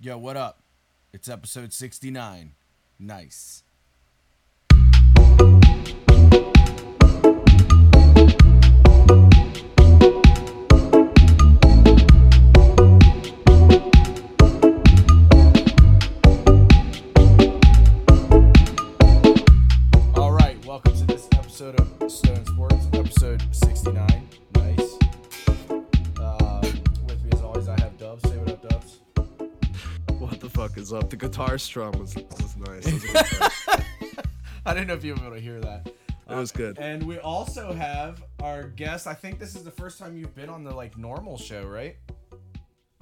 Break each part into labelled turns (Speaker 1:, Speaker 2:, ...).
Speaker 1: Yo, what up? It's episode 69. Nice. All right, welcome to this episode of Stone Sports, episode 69. Nice. Uh, with me as always, I have Dubs. Say what up, Dubs.
Speaker 2: What the fuck is up? The guitar strum was, was nice. It was really nice.
Speaker 1: I didn't know if you were able to hear that. Uh,
Speaker 2: It was good.
Speaker 1: And we also have our guest. I think this is the first time you've been on the like normal show, right?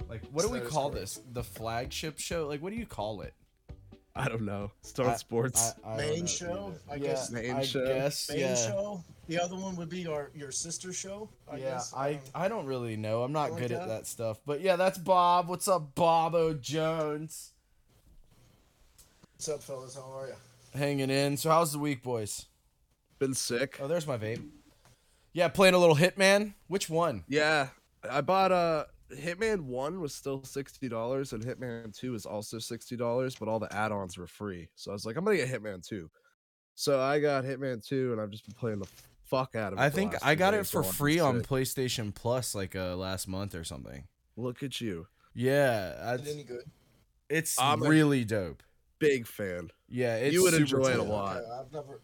Speaker 1: Like, what do we
Speaker 2: That is
Speaker 1: call
Speaker 2: correct.
Speaker 1: this? The flagship show? Like, what do you call it?
Speaker 2: I don't know. Stone
Speaker 1: I-
Speaker 2: Sports.
Speaker 1: I- I don't
Speaker 3: Main
Speaker 1: know
Speaker 3: show?
Speaker 1: either.
Speaker 3: I
Speaker 1: Yeah,
Speaker 3: guess-
Speaker 2: Main
Speaker 1: I
Speaker 2: show?
Speaker 1: guess,
Speaker 3: main
Speaker 1: yeah.
Speaker 3: show. The other one would be our your sister show. I
Speaker 1: yeah,
Speaker 3: guess.
Speaker 1: I
Speaker 3: Um,
Speaker 1: I don't really know. I'm not
Speaker 3: like
Speaker 1: good at
Speaker 3: that?
Speaker 1: that stuff. But yeah, that's Bob. What's up, Bob O Jones?
Speaker 3: what's up, fellas? How are you?
Speaker 1: Hanging in. So how's the week, boys?
Speaker 2: Been sick.
Speaker 1: Oh, there's my vape. Yeah, playing a little Hitman. Which one?
Speaker 2: Yeah, I bought uh Hitman One was still sixty dollars, and Hitman Two is also sixty dollars, but all the add-ons were free. So I was like, I'm gonna get Hitman Two. So I got Hitman Two, and I've just been playing the fuck out of it.
Speaker 1: I
Speaker 2: the
Speaker 1: think
Speaker 2: last
Speaker 1: I
Speaker 2: few
Speaker 1: got it
Speaker 2: days,
Speaker 1: for
Speaker 2: so I'm
Speaker 1: free on
Speaker 2: sick.
Speaker 1: PlayStation Plus like uh, last month or something.
Speaker 2: Look at you,
Speaker 1: Yeah,
Speaker 3: Is it
Speaker 1: I,
Speaker 3: any good?
Speaker 1: it's
Speaker 2: I'm a-
Speaker 1: really dope.
Speaker 2: big fan.
Speaker 1: Yeah, it's
Speaker 2: would
Speaker 1: super
Speaker 2: enjoy it a
Speaker 1: cool.
Speaker 2: lot.
Speaker 3: Okay, I've never.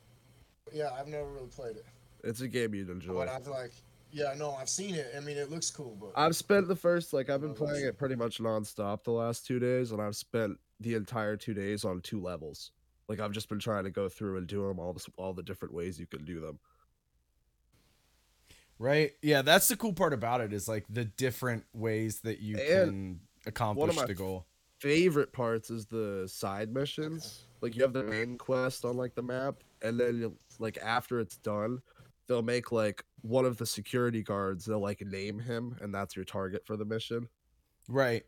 Speaker 3: Yeah, I've never really played it.
Speaker 2: It's a game you'd enjoy.
Speaker 3: But I've like, yeah, no, I've seen it. I mean, it looks cool, but
Speaker 2: I've spent the first like I've been
Speaker 3: Another
Speaker 2: playing
Speaker 3: issue.
Speaker 2: it pretty much nonstop the last two days, and I've spent the entire two days on two levels. Like I've just been trying to go through and do them all the s- all the different ways you can do them.
Speaker 1: Right? Yeah, that's the cool part about it is like the different ways that you
Speaker 2: And
Speaker 1: can accomplish
Speaker 2: my
Speaker 1: the goal.
Speaker 2: Favorite parts is the side missions. Like you have the main quest on like the map, and then you'll- like after it's done, they'll make like one of the security guards. They'll like name him, and that's your target for the mission.
Speaker 1: Right.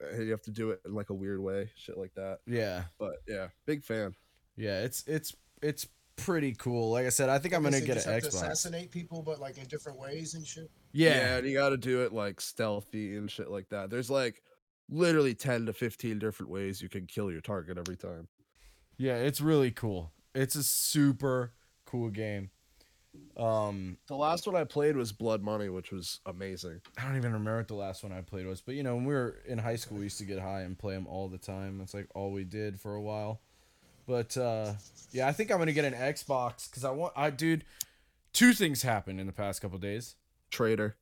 Speaker 2: And you have to do it in like a weird way, shit like that.
Speaker 1: Yeah.
Speaker 2: But yeah, big fan.
Speaker 1: Yeah, it's it's it's pretty cool. Like I said, I think I'm going
Speaker 3: guess
Speaker 1: to
Speaker 3: they
Speaker 1: get
Speaker 3: just
Speaker 1: an
Speaker 3: have to
Speaker 1: Xbox.
Speaker 3: assassinate people, but like in different ways and shit.
Speaker 1: Yeah.
Speaker 2: and you got to do it like stealthy and shit like that. There's like literally 10 to 15 different ways you can kill your target every time.
Speaker 1: Yeah, it's really cool. It's a super cool game. Um
Speaker 2: The last one I played was Blood Money, which was amazing.
Speaker 1: I don't even remember what the last one I played was, but you know, when we were in high school, we used to get high and play them all the time. That's like all we did for a while. But uh, yeah, I think I'm gonna get an Xbox because I want. I dude, two things happened in the past couple days.
Speaker 2: Traitor.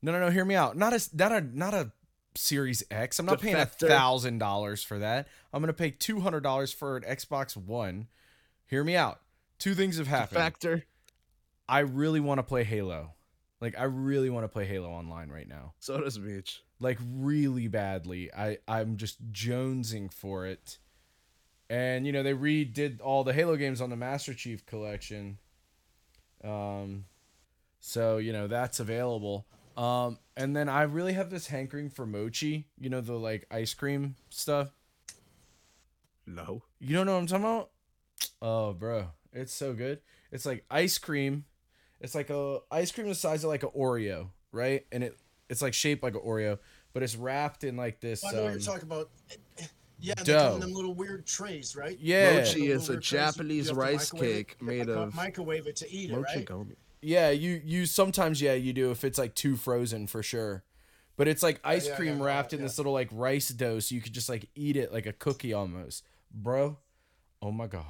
Speaker 1: No, no, no. Hear me out. Not a not a not a Series X. I'm not paying a
Speaker 2: Defector.
Speaker 1: thousand dollars for that. I'm gonna pay two hundred dollars for an Xbox One. Hear me out. Two things have happened.
Speaker 2: Factor.
Speaker 1: I really want to play Halo. Like I really want to play Halo online right now
Speaker 2: So does Meech.
Speaker 1: like really badly. I I'm just jonesing for it. And you know they redid all the Halo games on the Master Chief collection. Um so you know that's available. Um and then I really have this hankering for mochi, you know the like ice cream stuff.
Speaker 2: No.
Speaker 1: You don't know what I'm talking about? Oh, bro, it's so good. It's like ice cream. It's like a ice cream the size of like an Oreo, right? And it it's like shaped like an Oreo, but it's wrapped in like this.
Speaker 3: I know what you're
Speaker 1: um,
Speaker 3: talking about. Yeah, they come
Speaker 1: dough.
Speaker 3: in them little weird trays, right?
Speaker 1: yeah,
Speaker 2: Mochi
Speaker 3: Little
Speaker 2: is a
Speaker 3: weird trays, you- you
Speaker 2: Japanese
Speaker 3: have to
Speaker 2: rice
Speaker 3: microwave it.
Speaker 2: cake made
Speaker 3: Uh,
Speaker 2: of
Speaker 3: microwave it to eat it,
Speaker 2: mochi
Speaker 3: right?
Speaker 2: gummy.
Speaker 1: yeah. You you sometimes yeah you do if it's like too frozen for sure, but it's like ice
Speaker 3: Oh, yeah,
Speaker 1: cream
Speaker 3: yeah,
Speaker 1: wrapped in
Speaker 3: yeah.
Speaker 1: this little like rice dough, so you could just like eat it like a cookie almost, bro. Oh my god,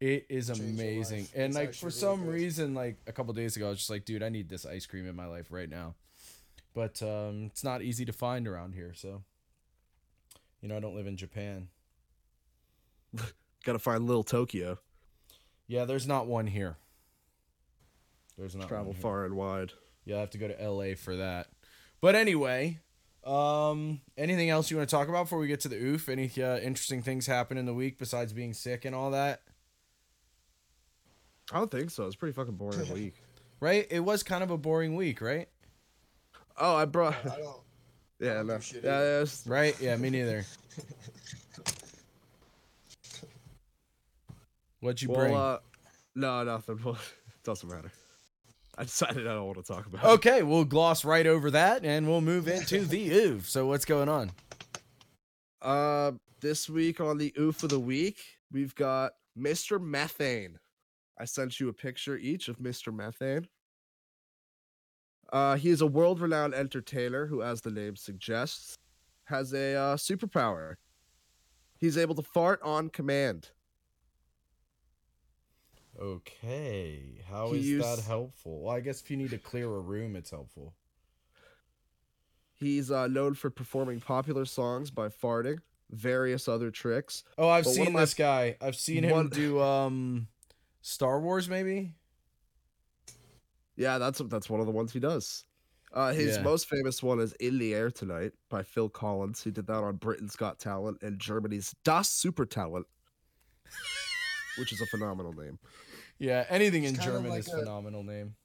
Speaker 1: it is
Speaker 3: Changed your life.
Speaker 1: amazing. And
Speaker 3: It's
Speaker 1: like
Speaker 3: actually
Speaker 1: for
Speaker 3: really
Speaker 1: some
Speaker 3: good.
Speaker 1: reason, like a couple days ago, I was just like, dude, I need this ice cream in my life right now, but um, it's not easy to find around here, so. You know, I don't live in Japan.
Speaker 2: Gotta find Little Tokyo.
Speaker 1: Yeah, there's not one here. There's not
Speaker 2: Travel
Speaker 1: one here.
Speaker 2: far and wide.
Speaker 1: You'll have to go to LA for that. But anyway, um, anything else you want to talk about before we get to the oof? Any uh, interesting things happen in the week besides being sick and all that?
Speaker 2: I don't think so. It's pretty fucking boring week.
Speaker 1: Right? It was kind of a boring week, right?
Speaker 2: Oh, I brought.
Speaker 3: I don't.
Speaker 2: Yeah,
Speaker 3: don't
Speaker 2: no.
Speaker 3: do
Speaker 2: Yeah,
Speaker 3: shit either.
Speaker 2: yeah, it's-
Speaker 1: Right? Yeah, me neither. What'd you bring?
Speaker 2: well, uh, no, nothing. Well, doesn't matter. I decided I don't want to talk about it.
Speaker 1: okay, we'll gloss right over that and we'll move into the oof. So what's going on?
Speaker 2: Uh, this week on the oof of the week, we've got Mr. Methane. I sent you a picture each of Mr. Methane. Uh, he is a world-renowned entertainer who, as the name suggests, has a uh, superpower. He's able to fart on command.
Speaker 1: Okay. How
Speaker 2: He
Speaker 1: is that
Speaker 2: used-
Speaker 1: helpful? Well, I guess if you need to clear a room, it's helpful.
Speaker 2: He's uh, known for performing popular songs by farting, various other tricks.
Speaker 1: Oh, I've
Speaker 2: But one
Speaker 1: seen
Speaker 2: of my-
Speaker 1: this guy. I've seen him
Speaker 2: one-
Speaker 1: do um, Star Wars, maybe.
Speaker 2: Yeah, that's that's one of the ones he does. Uh, his
Speaker 1: Yeah.
Speaker 2: most famous one is "In the Air Tonight" by Phil Collins. He did that on Britain's Got Talent and Germany's Das Super Talent, which is a phenomenal name.
Speaker 1: Yeah, anything
Speaker 3: It's
Speaker 1: in
Speaker 3: kinda
Speaker 1: German
Speaker 3: like
Speaker 1: is
Speaker 3: a-
Speaker 1: phenomenal name.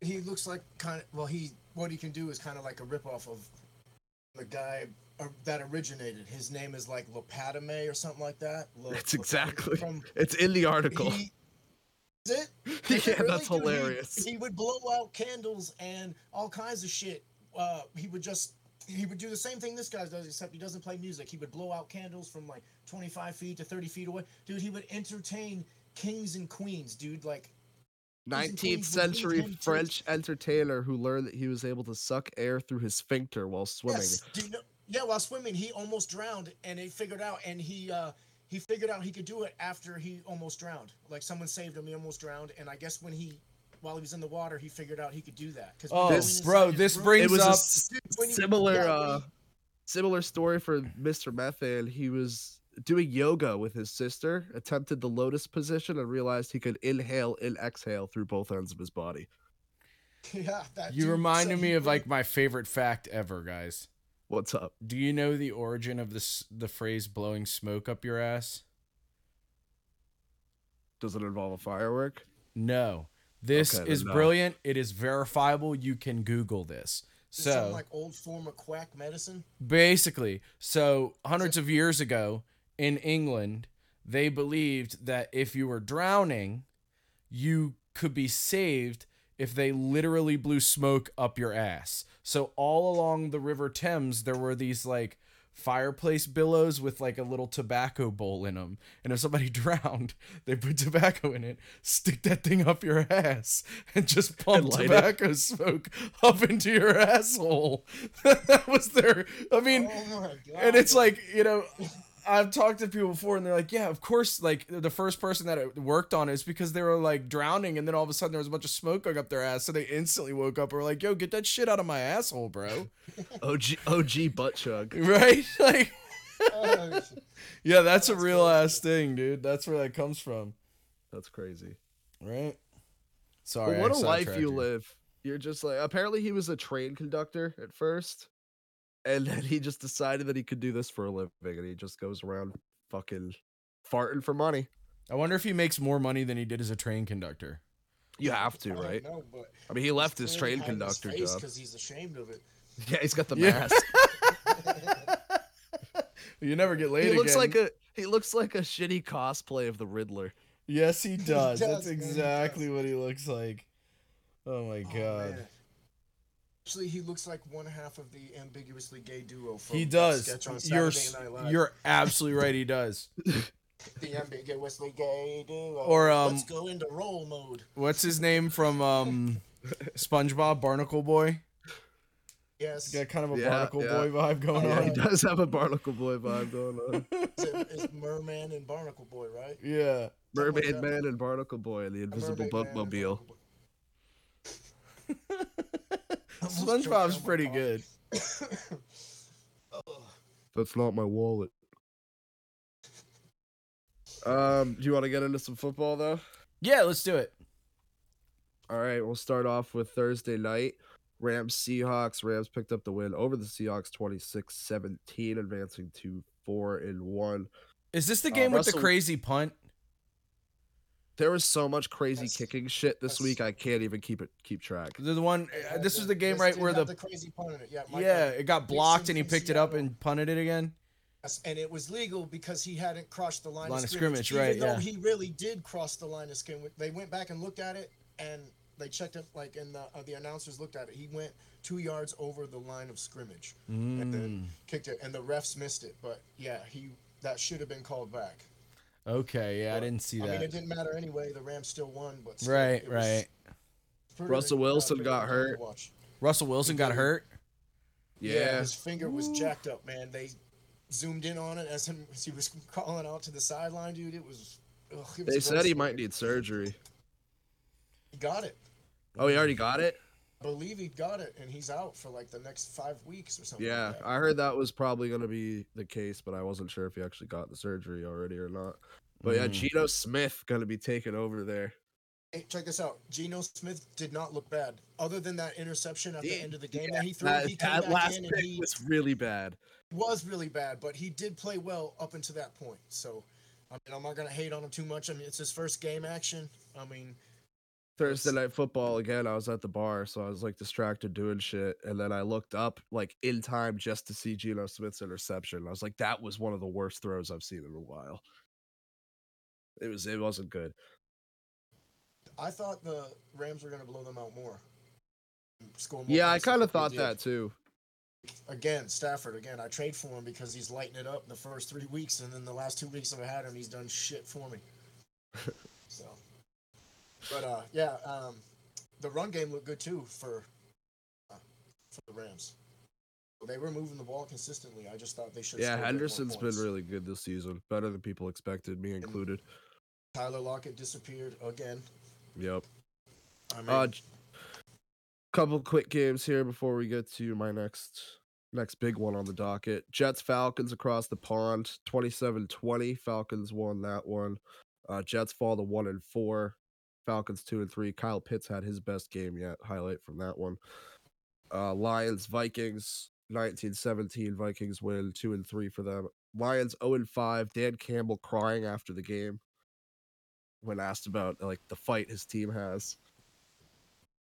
Speaker 3: He looks like kind of well. He what he can do is kind of like a ripoff of the guy uh, that originated. His name is like Lopatame or something like that. Lo-
Speaker 2: That's
Speaker 3: Lo-
Speaker 2: exactly-
Speaker 3: from
Speaker 2: It's in the article.
Speaker 3: he, is it? Is
Speaker 2: yeah,
Speaker 3: it really?
Speaker 2: that's
Speaker 3: Dude, he-
Speaker 2: hilarious.
Speaker 3: He, would blow out candles and all kinds of shit. Uh, he would just he would do the same thing this guy does, except he doesn't play music. He would blow out candles from like 25 feet to 30 feet away. Dude, he would entertain kings and queens, dude. Like,
Speaker 2: Nineteenth
Speaker 3: Queens would leave
Speaker 2: century
Speaker 3: him to-
Speaker 2: French entertainer who learned that he was able to suck air through his sphincter while swimming.
Speaker 3: yes, do you know? Yeah, while swimming, he almost drowned, and he figured out, and he uh, he figured out he could do it after he almost drowned. Like someone saved him, he almost drowned, and I guess when he while he was in the water, he figured out he could do that. 'Cause when
Speaker 1: Oh,
Speaker 3: he
Speaker 2: This-
Speaker 3: went
Speaker 1: bro,
Speaker 3: inside his
Speaker 1: this
Speaker 3: room-
Speaker 2: It
Speaker 1: brings
Speaker 2: was a
Speaker 1: up.
Speaker 2: s-
Speaker 3: when he-
Speaker 2: similar
Speaker 3: yeah, when he-
Speaker 2: uh, similar story for Mr. Methane. He was doing yoga with his sister, attempted the lotus position, and realized he could inhale and exhale through both ends of his body.
Speaker 3: Yeah, that
Speaker 1: You
Speaker 3: dude,
Speaker 1: reminded
Speaker 3: so
Speaker 1: me
Speaker 3: he
Speaker 1: of
Speaker 3: really-
Speaker 1: like my favorite fact ever, guys.
Speaker 2: What's up?
Speaker 1: Do you know the origin of this the phrase blowing smoke up your ass?
Speaker 2: Does it involve a firework?
Speaker 1: No. This
Speaker 2: Okay, then
Speaker 1: is
Speaker 2: no.
Speaker 1: brilliant. It is verifiable. You can Google this.
Speaker 3: This sound
Speaker 1: So
Speaker 3: like old form of quack medicine.
Speaker 1: basically, so hundreds of years ago in England, they believed that if you were drowning, you could be saved if they literally blew smoke up your ass. So all along the River Thames, there were these like fireplace billows with like a little tobacco bowl in them. And if somebody drowned, they put tobacco in it, stick that thing up your ass, and just pump
Speaker 2: light it.
Speaker 1: tobacco smoke up into your asshole. that was their. I mean,
Speaker 3: Oh my god!
Speaker 1: and it's like you know i've talked to people before and they're like yeah of course like the first person that it worked on is because they were like drowning and then all of a sudden there was a bunch of smoke going up their ass so they instantly woke up and were like yo get that shit out of my asshole bro
Speaker 2: OG, OG butt chug.
Speaker 1: right like
Speaker 3: Oh, shit.
Speaker 1: yeah that's a
Speaker 3: That's
Speaker 1: real
Speaker 3: crazy.
Speaker 1: ass thing dude that's where that comes from
Speaker 2: That's crazy.
Speaker 1: right
Speaker 2: But
Speaker 1: sorry I
Speaker 2: what a life
Speaker 1: sidetracked
Speaker 2: you live. You're just like, apparently, he was a train conductor at first. And then he just decided that he could do this for a living. And he just goes around fucking farting for money.
Speaker 1: i wonder if he makes more money than he did as a train conductor
Speaker 2: You have to,
Speaker 3: I don't
Speaker 2: right?
Speaker 3: know, but
Speaker 2: I mean, he left his
Speaker 3: he's
Speaker 2: train
Speaker 3: clearly hiding his
Speaker 2: conductor
Speaker 3: face
Speaker 2: job.
Speaker 3: 'cause he's ashamed of it.
Speaker 2: Yeah, he's got the
Speaker 1: Yeah.
Speaker 2: mask.
Speaker 1: you never get laid
Speaker 2: he looks
Speaker 1: again.
Speaker 2: like a he looks like a shitty cosplay of the Riddler.
Speaker 1: yes he does, that's
Speaker 3: does, man, he does.
Speaker 1: exactly what he looks like oh my
Speaker 3: Oh,
Speaker 1: god
Speaker 3: man. Actually, he looks like one half of the ambiguously gay duo from
Speaker 1: He
Speaker 3: that sketch on
Speaker 1: does. You're
Speaker 3: Saturday Night Live.
Speaker 1: you're absolutely right. He does.
Speaker 3: the ambiguously gay duo.
Speaker 1: Or, um,
Speaker 3: let's go into role mode.
Speaker 1: What's his name from um, SpongeBob Barnacle Boy?
Speaker 3: Yes,
Speaker 1: He's got kind of a
Speaker 2: Yeah,
Speaker 1: Barnacle
Speaker 2: yeah.
Speaker 1: Boy vibe going
Speaker 3: Oh,
Speaker 2: Yeah, Oh, he
Speaker 1: on.
Speaker 2: does have a Barnacle Boy vibe going on.
Speaker 3: it's, it's Merman and Barnacle Boy, right?
Speaker 1: Yeah.
Speaker 3: Something like
Speaker 2: Mermaid
Speaker 3: that.
Speaker 2: Man and Barnacle Boy and the Invisible
Speaker 3: Mermaid Man and
Speaker 2: Bunkmobile.
Speaker 3: Barnacle Boy. Almost choked
Speaker 1: SpongeBob's
Speaker 3: on my
Speaker 1: pretty
Speaker 3: coffee.
Speaker 1: good.
Speaker 3: Ugh.
Speaker 2: That's not my wallet. Um, do you want to get into some football though?
Speaker 1: Yeah, let's do it.
Speaker 2: All right, we'll start off with Thursday night. Rams Seahawks. Rams picked up the win over the Seahawks 26-17, advancing to 4 and 1.
Speaker 1: Is this the
Speaker 2: Uh,
Speaker 1: game with the
Speaker 2: Russell-
Speaker 1: crazy punt?
Speaker 2: There was so much crazy
Speaker 3: That's-
Speaker 2: kicking shit this
Speaker 3: that's-
Speaker 2: week. I can't even keep it keep track.
Speaker 1: The, the one.
Speaker 3: Yeah,
Speaker 1: Uh, this was the game
Speaker 3: this
Speaker 1: right
Speaker 3: did
Speaker 1: where the,
Speaker 3: have crazy pun in it. Yeah, Mike
Speaker 1: yeah
Speaker 3: Mike-
Speaker 1: it got
Speaker 3: Dixon
Speaker 1: blocked and he
Speaker 3: from
Speaker 1: picked it up
Speaker 3: Seattle.
Speaker 1: and punted it again.
Speaker 3: Yes, and it was legal because he hadn't crossed the line,
Speaker 1: Line
Speaker 3: of
Speaker 1: of
Speaker 3: scrimmage.
Speaker 1: scrimmage,
Speaker 3: even
Speaker 1: right,
Speaker 3: Though
Speaker 1: yeah.
Speaker 3: he really did cross the line of scrimmage. They went back and looked at it, and they checked it. Like, and the uh, the announcers looked at it. He went two yards over the line of scrimmage and
Speaker 1: Mm,
Speaker 3: then kicked it, and the refs missed it. But yeah, he that should have been called back.
Speaker 1: okay, yeah, I didn't see
Speaker 3: I mean,
Speaker 1: that.
Speaker 3: it didn't matter anyway. The Rams still won, but still,
Speaker 1: Right,
Speaker 3: it was
Speaker 1: right.
Speaker 3: pretty
Speaker 2: Russell
Speaker 3: bad
Speaker 2: Wilson
Speaker 3: for
Speaker 2: got
Speaker 3: the
Speaker 2: hurt.
Speaker 3: watch.
Speaker 1: Russell Wilson got hurt.
Speaker 2: Yeah.
Speaker 3: his finger was jacked up, man. They zoomed in on it as him as he was calling out to the sideline, dude. It was. Ugh, it was
Speaker 2: They said he
Speaker 3: gross.
Speaker 2: might need surgery.
Speaker 3: He got it.
Speaker 2: Oh, he already got it?
Speaker 3: I believe he got it, and he's out for like the next five weeks or something.
Speaker 2: Yeah.
Speaker 3: like that.
Speaker 2: I heard that was probably going to be the case, but I wasn't sure if he actually got the surgery already or not. But yeah,
Speaker 1: Mm.
Speaker 2: Geno Smith going to be taking over there.
Speaker 3: Hey, check this out. Geno Smith did not look bad, other than that interception at the
Speaker 2: Yeah,
Speaker 3: end of the game
Speaker 2: yeah,
Speaker 3: that he threw.
Speaker 2: That,
Speaker 3: he came
Speaker 2: that
Speaker 3: back
Speaker 2: last
Speaker 3: in
Speaker 2: pick
Speaker 3: and he
Speaker 2: was really bad.
Speaker 3: was really bad, but he did play well up until that point. So, I mean, I'm not gonna hate on him too much. I mean, it's his first game action. I mean,
Speaker 2: Thursday night football again. I was at the bar, so I was like distracted doing shit, and then I looked up like in time just to see Geno Smith's interception. I was like, that was one of the worst throws I've seen in a while. It was. It wasn't good.
Speaker 3: I thought the Rams were gonna blow them out more. Score more
Speaker 2: Yeah, I
Speaker 3: points than
Speaker 2: kind of
Speaker 3: they
Speaker 2: thought
Speaker 3: did.
Speaker 2: that too.
Speaker 3: Again, Stafford. Again, I trade for him because he's lighting it up in the first three weeks, and then the last two weeks I've had him, he's done shit for me. so, but uh, yeah, um, the run game looked good too for uh, for the Rams. They were moving the ball consistently. I just thought they should.
Speaker 2: Yeah, Henderson's been really good this season, better than people expected, me included.
Speaker 3: Tyler Lockett disappeared again.
Speaker 2: Yep.
Speaker 3: I mean,
Speaker 2: Uh, j- couple quick games here before we get to my next next big one on the docket. Jets Falcons across the pond, 27-20. Falcons won that one. Uh, Jets fall to one and four. Falcons two and three. Kyle Pitts had his best game yet. Highlight from that one. Uh, Lions Vikings 19-17. Vikings win two and three for them. Lions 0 and 5. Dan Campbell crying after the game when asked about like the fight his team has.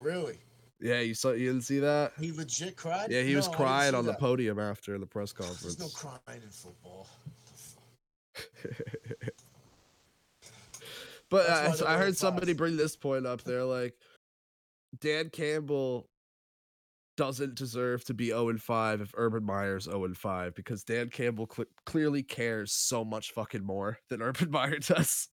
Speaker 3: really,
Speaker 2: Yeah, you saw you didn't see that?
Speaker 3: he legit cried.
Speaker 2: Yeah, he was
Speaker 3: No, I didn't
Speaker 2: crying
Speaker 3: see
Speaker 2: on the
Speaker 3: that.
Speaker 2: podium after the press conference.
Speaker 3: There's no crying in football.
Speaker 2: but
Speaker 3: That's
Speaker 2: I,
Speaker 3: why they're
Speaker 2: I
Speaker 3: going
Speaker 2: heard somebody
Speaker 3: fast.
Speaker 2: bring this point up. They're like, Dan Campbell doesn't deserve to be 0 and 5 if Urban Meyer's 0 and 5 because Dan Campbell cle clearly cares so much fucking more than Urban Meyer does.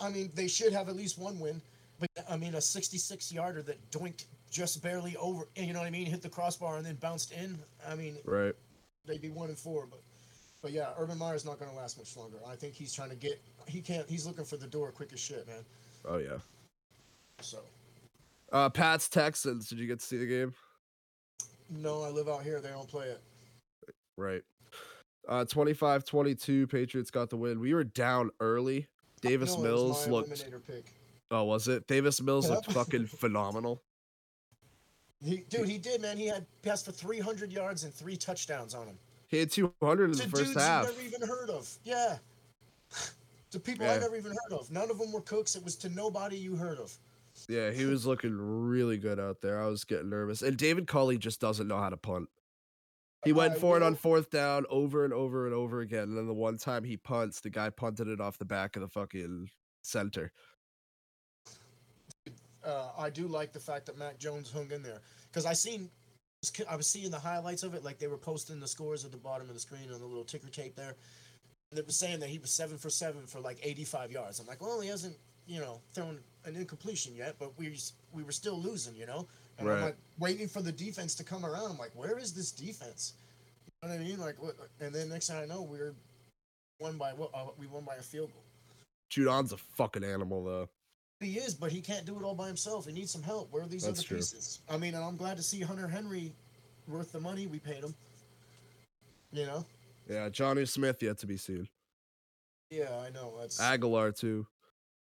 Speaker 3: I mean, they should have at least one win. But I mean, a 66 yarder that doinked just barely over, you know what I mean? Hit the crossbar and then bounced in. I mean,
Speaker 2: Right.
Speaker 3: they'd be one and four. But, but yeah, Urban Meyer's not going to last much longer. I think he's trying to get. He can't. He's looking for the door quick as shit, man.
Speaker 2: Oh yeah.
Speaker 3: So
Speaker 2: Uh, Pats Texans. Did you get to see the game?
Speaker 3: no, I live out here. They don't play it.
Speaker 2: Right. Uh 25-22 Patriots got the win. We were down early. Davis
Speaker 3: No, it was
Speaker 2: Mills
Speaker 3: my
Speaker 2: looked
Speaker 3: eliminator pick.
Speaker 2: Oh, was it? Davis Mills looked
Speaker 3: Yep.
Speaker 2: fucking phenomenal.
Speaker 3: He, dude, he did, man. He had passed for 300 yards and three touchdowns on him.
Speaker 2: He had 200 in the
Speaker 3: to dudes
Speaker 2: first
Speaker 3: you
Speaker 2: half.
Speaker 3: never even heard of. Yeah. To people I
Speaker 2: Yeah.
Speaker 3: never even heard of. None of them were cooks. It was to nobody you heard of.
Speaker 2: Yeah, he was looking really good out there. I was getting nervous. And David Culley just doesn't know how to punt. He went
Speaker 3: I
Speaker 2: for it on
Speaker 3: will-
Speaker 2: fourth down over and over and over again. And then the one time he punts, the guy punted it off the back of the fucking center.
Speaker 3: Uh, I do like the fact that Mac Jones hung in there because I seen I was seeing the highlights of it. Like they were posting the scores at the bottom of the screen on the little ticker tape there, and it was saying that he was seven for seven for like 85 yards. I'm like, well, he hasn't you know thrown an incompletion yet, but we s- we were still losing, you know. And I'm
Speaker 2: Right.
Speaker 3: like waiting for the defense to come around. I'm like, where is this defense? You know what I mean? Like, what? And then next thing I know, we are won by what? Uh, we won by a field goal.
Speaker 2: Judon's a fucking animal, though.
Speaker 3: He is, but he can't do it all by himself. He needs some help. Where are these
Speaker 2: That's
Speaker 3: other
Speaker 2: true.
Speaker 3: pieces? I mean, and I'm glad to see Hunter Henry worth the money we paid him. You know?
Speaker 2: Yeah, Johnny Smith yet to be seen.
Speaker 3: Yeah, I know. That's
Speaker 2: Aguilar, too.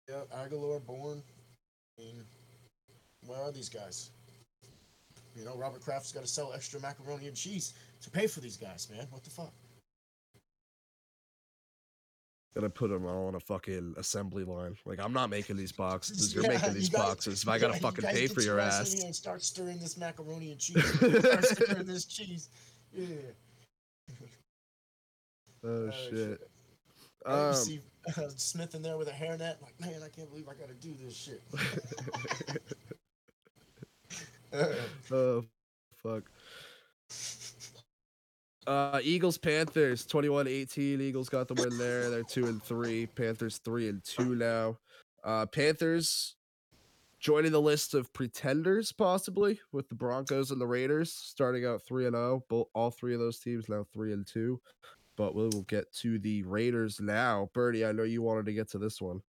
Speaker 3: yeah, Aguilar, Bourne. I mean, where are these guys? You know, Robert Kraft's got to sell extra macaroni and cheese to pay for these guys, man. What the fuck?
Speaker 2: Gonna put him on a fucking assembly line. Like, I'm not making these boxes. You're
Speaker 3: Yeah,
Speaker 2: making
Speaker 3: you
Speaker 2: these
Speaker 3: guys-
Speaker 2: boxes. If I gotta
Speaker 3: yeah, you
Speaker 2: fucking
Speaker 3: guys
Speaker 2: pay
Speaker 3: get
Speaker 2: for your
Speaker 3: your ass in
Speaker 2: ass.
Speaker 3: here and start stirring this macaroni and cheese. start stirring this cheese. Yeah.
Speaker 2: Oh,
Speaker 3: Uh,
Speaker 2: shit.
Speaker 3: I
Speaker 2: Um,
Speaker 3: didn't see uh, Smith in there with a hairnet. Like, man, I can't believe I got to do this shit.
Speaker 2: Oh, fuck. Uh, Eagles Panthers 21 18. Eagles got the win there. They're 2 and 3. Panthers 3 and 2 now. Uh, Panthers joining the list of pretenders, possibly, with the Broncos and the Raiders starting out 3 and 0. Bo- All three of those teams now 3 and 2. But we will get to the Raiders now. Bernie, I know you wanted to get to this one.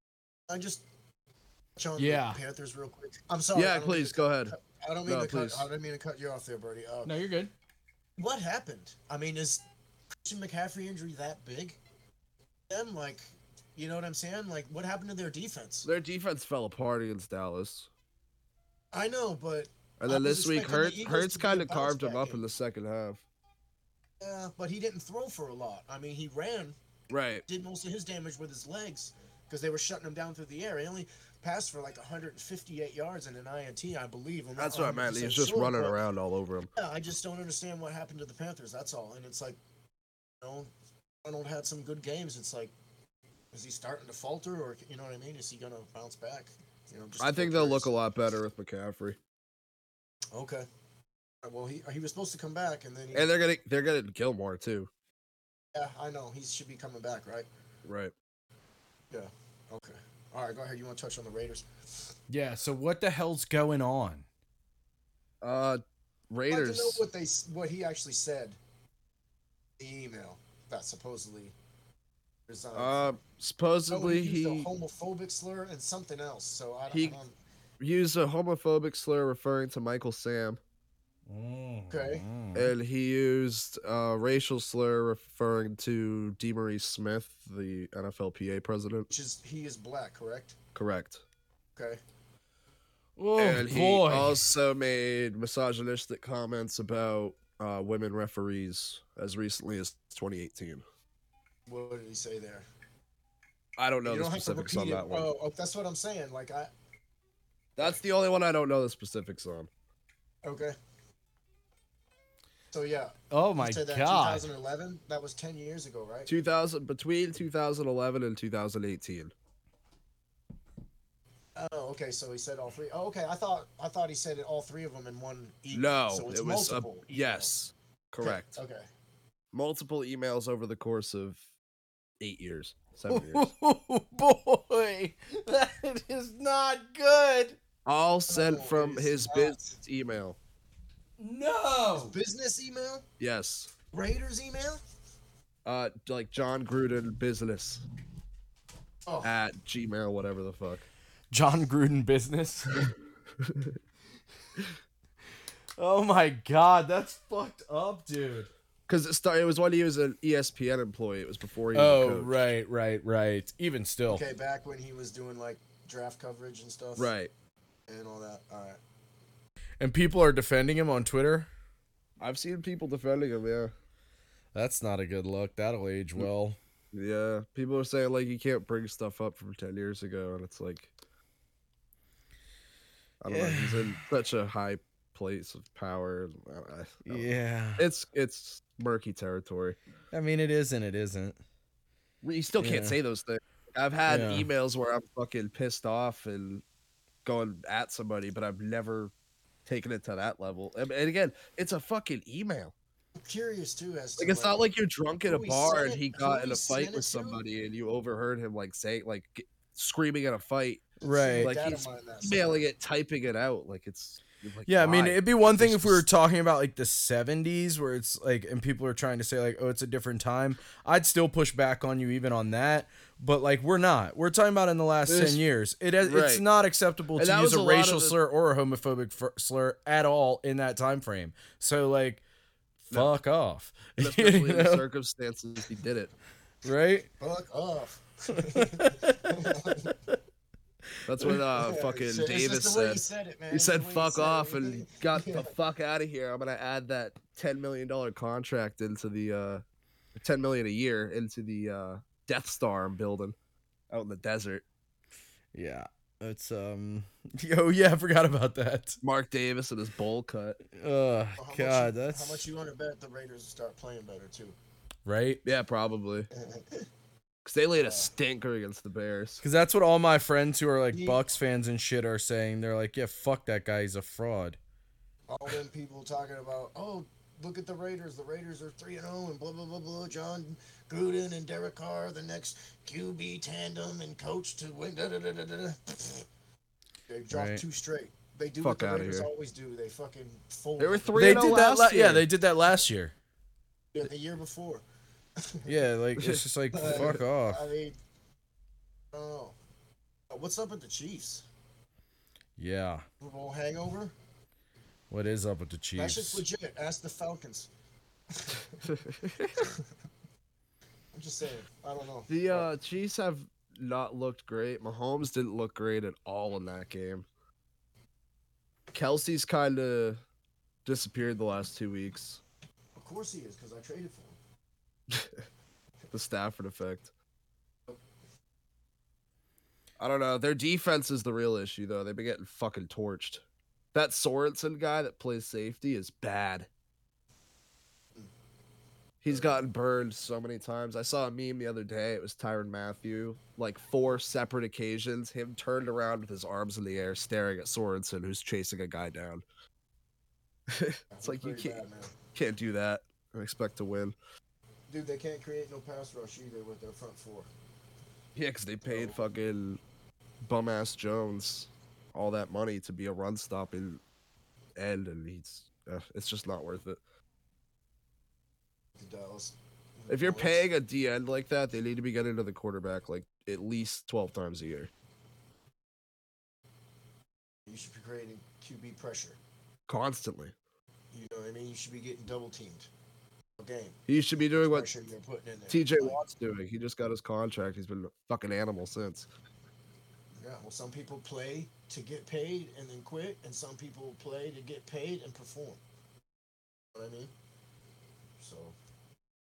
Speaker 3: I just show
Speaker 1: Yeah.
Speaker 3: the Panthers real quick. I'm sorry. Oh, I
Speaker 2: yeah,
Speaker 3: don't mean to
Speaker 2: please go ahead.
Speaker 3: cut- I don't mean
Speaker 2: No,
Speaker 3: to cut.
Speaker 2: please.
Speaker 3: I don't mean to cut you off there, Birdie. Uh,
Speaker 1: No, you're good.
Speaker 3: What happened? I mean, is Christian McCaffrey injury that big? Them like, you know what I'm saying? Like, what happened to their defense?
Speaker 2: Their defense fell apart against Dallas.
Speaker 3: I know, but
Speaker 2: And
Speaker 3: I
Speaker 2: then
Speaker 3: was
Speaker 2: this week,
Speaker 3: expecting the
Speaker 2: Hurt,
Speaker 3: Eagles
Speaker 2: Hurts
Speaker 3: to be a
Speaker 2: kind of
Speaker 3: bounce
Speaker 2: carved him
Speaker 3: back
Speaker 2: up in
Speaker 3: game.
Speaker 2: the second half.
Speaker 3: yeah, uh, but he didn't throw for a lot. I mean, he ran,
Speaker 2: Right.
Speaker 3: did most of his damage with his legs because they were shutting him down through the air. He only passed for like 158 yards and an INT, I believe. I'm not
Speaker 2: That's what I meant. He was
Speaker 3: 100%
Speaker 2: just
Speaker 3: sure,
Speaker 2: running
Speaker 3: but-
Speaker 2: around all over him.
Speaker 3: Yeah, I just don't understand what happened to the Panthers. That's all. And it's like, you know, Arnold had some good games. It's like, is he starting to falter, or you know what I mean? Is he gonna bounce back? You know, just
Speaker 2: I think they'll look a
Speaker 3: lot.
Speaker 2: lot better with McCaffrey,
Speaker 3: Okay. Uh, Well, he he was supposed to come back, and then he,
Speaker 2: and they're gonna they're gonna Gilmore too.
Speaker 3: yeah, I know he should be coming back, right?
Speaker 2: Right.
Speaker 3: Okay. All right, go ahead. You want to touch on the Raiders?
Speaker 1: Yeah. So what the hell's going on?
Speaker 2: Uh,
Speaker 3: I'd like to know
Speaker 2: Raiders.
Speaker 3: what they s- what he actually said. The email that supposedly resigned.
Speaker 2: Uh, supposedly
Speaker 3: Supposedly
Speaker 2: he
Speaker 3: used a homophobic slur and something else. So I, don't-
Speaker 2: He-
Speaker 3: I don't.
Speaker 2: used a homophobic slur referring to Michael Sam,
Speaker 3: Mm.
Speaker 1: Okay.
Speaker 2: and he used a racial slur referring to Demaree Smith, the NFLPA president.
Speaker 3: which is he is black, correct?
Speaker 2: Correct.
Speaker 3: Okay.
Speaker 1: Oh
Speaker 2: and he
Speaker 1: boy.
Speaker 2: also made misogynistic comments about uh, women referees as recently as 2018.
Speaker 3: What did he say there?
Speaker 2: I don't know
Speaker 3: you
Speaker 2: the
Speaker 3: don't have to
Speaker 2: specifics
Speaker 3: repeat
Speaker 2: on
Speaker 3: it.
Speaker 2: that one.
Speaker 3: Oh, oh, that's what I'm saying. Like I
Speaker 2: That's the only one I don't know the specifics on.
Speaker 3: okay. So yeah,
Speaker 1: oh
Speaker 3: you
Speaker 1: my
Speaker 3: said that
Speaker 1: god.
Speaker 3: 2011. That was 10 years ago, right?
Speaker 2: 2000 between 2011 and 2018.
Speaker 3: Oh, okay. So he said all three. Oh, okay. I thought I thought he said it all three of them in one. e- Email.
Speaker 2: No,
Speaker 3: so it's
Speaker 2: it was a,
Speaker 3: multiple emails.
Speaker 2: yes,
Speaker 3: Okay,
Speaker 2: correct.
Speaker 3: Okay.
Speaker 2: Multiple emails over the course of eight years, seven years,
Speaker 1: Oh boy, that is not good.
Speaker 2: all sent from
Speaker 3: Holy
Speaker 2: his
Speaker 3: smokes.
Speaker 2: business email.
Speaker 1: No.
Speaker 3: Business email,
Speaker 2: Yes,
Speaker 3: Raiders email.
Speaker 2: uh, like John Gruden business
Speaker 3: Oh,
Speaker 2: at Gmail, whatever the fuck.
Speaker 1: John Gruden business. oh my god, that's fucked up, dude.
Speaker 2: Because it started. It was when he was an E ESPN employee. It was before he. Was a
Speaker 1: Oh
Speaker 2: coach.
Speaker 1: right, right, right. Even still.
Speaker 3: okay. Back when he was doing like draft coverage and stuff.
Speaker 2: right.
Speaker 3: And all that. All right.
Speaker 1: And people are defending him on Twitter.
Speaker 2: I've seen people defending him. Yeah.
Speaker 1: That's not a good look. That'll age well.
Speaker 2: Yeah, people are saying like you can't bring stuff up from ten years ago, and it's like I don't know. He's in such a high place of power. and I- I- I don't know.
Speaker 1: Yeah.
Speaker 2: it's it's murky territory.
Speaker 1: I mean, it is and it isn't.
Speaker 2: You still
Speaker 1: Yeah.
Speaker 2: can't say those things. I've had
Speaker 1: Yeah.
Speaker 2: emails where I'm fucking pissed off and going at somebody, but I've never taken it to that level. And, and again, it's a fucking email.
Speaker 3: I'm curious too as to
Speaker 2: Like it's not like you're drunk at a
Speaker 3: Who he
Speaker 2: bar
Speaker 3: sent
Speaker 2: and
Speaker 3: it-
Speaker 2: he
Speaker 3: who
Speaker 2: got
Speaker 3: he
Speaker 2: in a
Speaker 3: sent
Speaker 2: fight
Speaker 3: it
Speaker 2: with
Speaker 3: to?
Speaker 2: somebody and you overheard him like say like g- screaming at a fight
Speaker 1: Right.
Speaker 2: Like,
Speaker 3: Data
Speaker 2: he's
Speaker 3: mine that stuff.
Speaker 2: emailing it, typing it out. Like it's you're like,
Speaker 1: Yeah, I mean,
Speaker 2: why?
Speaker 1: it'd be one thing
Speaker 2: There's
Speaker 1: if we were
Speaker 2: just-
Speaker 1: talking about like the 70s where it's like, and people are trying to say, like, oh, it's a different time. I'd still push back on you even on that. But like, we're not. We're talking about in the last
Speaker 2: There's-
Speaker 1: 10 years. It, has It's
Speaker 2: right.
Speaker 1: not acceptable
Speaker 2: And
Speaker 1: to
Speaker 2: that
Speaker 1: use
Speaker 2: was a
Speaker 1: a
Speaker 2: lot of
Speaker 1: racial
Speaker 2: the-
Speaker 1: slur or a homophobic fr- slur at all in that time frame. So, like,
Speaker 2: No.
Speaker 1: fuck off.
Speaker 2: and
Speaker 1: You
Speaker 2: especially in the
Speaker 1: know?
Speaker 2: circumstances he did it.
Speaker 1: Right?
Speaker 3: Fuck off.
Speaker 2: Uh, That's what uh,
Speaker 3: Yeah,
Speaker 2: fucking
Speaker 3: it's just- it's
Speaker 2: Davis
Speaker 3: just the way
Speaker 2: said.
Speaker 3: He said it, man.
Speaker 2: He
Speaker 3: It's the
Speaker 2: said
Speaker 3: way
Speaker 2: "fuck
Speaker 3: it.
Speaker 2: off" and got
Speaker 3: Yeah.
Speaker 2: the fuck out of here. I'm gonna add that ten million dollar contract into the uh, ten million a year into the uh, Death Star I'm building out in the desert.
Speaker 1: Yeah. It's, um, oh, yeah, I forgot about that.
Speaker 2: Mark Davis and his bowl cut.
Speaker 1: Oh,
Speaker 3: Well, how much
Speaker 1: God,
Speaker 3: you-
Speaker 1: that's
Speaker 3: how much you want to bet the Raiders start playing better too.
Speaker 1: right.
Speaker 2: Yeah, probably because they laid
Speaker 3: Yeah.
Speaker 2: a stinker against the Bears.
Speaker 1: Because that's what all my friends who are like
Speaker 3: Ye-
Speaker 1: Bucks fans and shit are saying. They're like, yeah, fuck that guy. He's a fraud.
Speaker 3: all them people talking about, oh, look at the Raiders. The Raiders are 3 and 0 and blah, blah, blah, blah. John Gruden and Derek Carr, are the next QB tandem and coach to win. Da, da, da, da, da. da. They dropped
Speaker 1: Right.
Speaker 3: two straight. They do
Speaker 2: Fuck
Speaker 3: what the
Speaker 2: outta
Speaker 3: Raiders
Speaker 2: here.
Speaker 3: always do. They fucking fold.
Speaker 2: They were
Speaker 3: it.
Speaker 2: three
Speaker 1: they
Speaker 2: and oh
Speaker 1: did that.
Speaker 2: last
Speaker 1: La-
Speaker 2: year.
Speaker 1: yeah, they did that last year.
Speaker 3: Yeah, the year before.
Speaker 1: Yeah, like it's just like fuck
Speaker 2: Oh.
Speaker 1: off.
Speaker 3: I mean, I don't know. Uh, What's up with the Chiefs?
Speaker 1: Yeah.
Speaker 3: Super Bowl hangover?
Speaker 1: What is up with the
Speaker 3: That shit's
Speaker 1: Chiefs?
Speaker 3: legit. Ask the Falcons. I'm just saying. I don't know.
Speaker 2: the uh, Chiefs have not looked great. Mahomes didn't look great at all in that game. Kelsey's kind of disappeared the last two weeks.
Speaker 3: Of course he is, because I traded for him.
Speaker 2: The Stafford effect. I don't know. Their defense is the real issue, though. They've been getting fucking torched. That Sorensen guy that plays safety is bad. He's gotten burned so many times. I saw a meme the other day. It was Tyron Matthew, like four separate occasions, him turned around with his arms in the air, staring at Sorensen, who's chasing a guy down.
Speaker 3: That's
Speaker 2: it's like you
Speaker 3: pretty
Speaker 2: can't
Speaker 3: bad, man.
Speaker 2: can't do that and expect to win.
Speaker 3: Dude, they can't create no pass rush either with their front four.
Speaker 2: Yeah, because they paid fucking bum ass Jones all that money to be a run stopping end, and he's uh, it's just not worth it.
Speaker 3: The Dallas.
Speaker 2: If you're
Speaker 3: Boys.
Speaker 2: paying a D end like that, they need to be getting to the quarterback like at least twelve times a year.
Speaker 3: you should be creating QB pressure.
Speaker 2: Constantly.
Speaker 3: You know what I mean? You should be getting double teamed. Okay.
Speaker 2: He should be doing what
Speaker 3: Pressure you're putting in there.
Speaker 2: TJ
Speaker 3: Like,
Speaker 2: Watt's doing. He just got his contract. He's been a fucking animal since.
Speaker 3: Yeah, well, some people play to get paid and then quit, and some people play to get paid and perform. You know what I mean? So,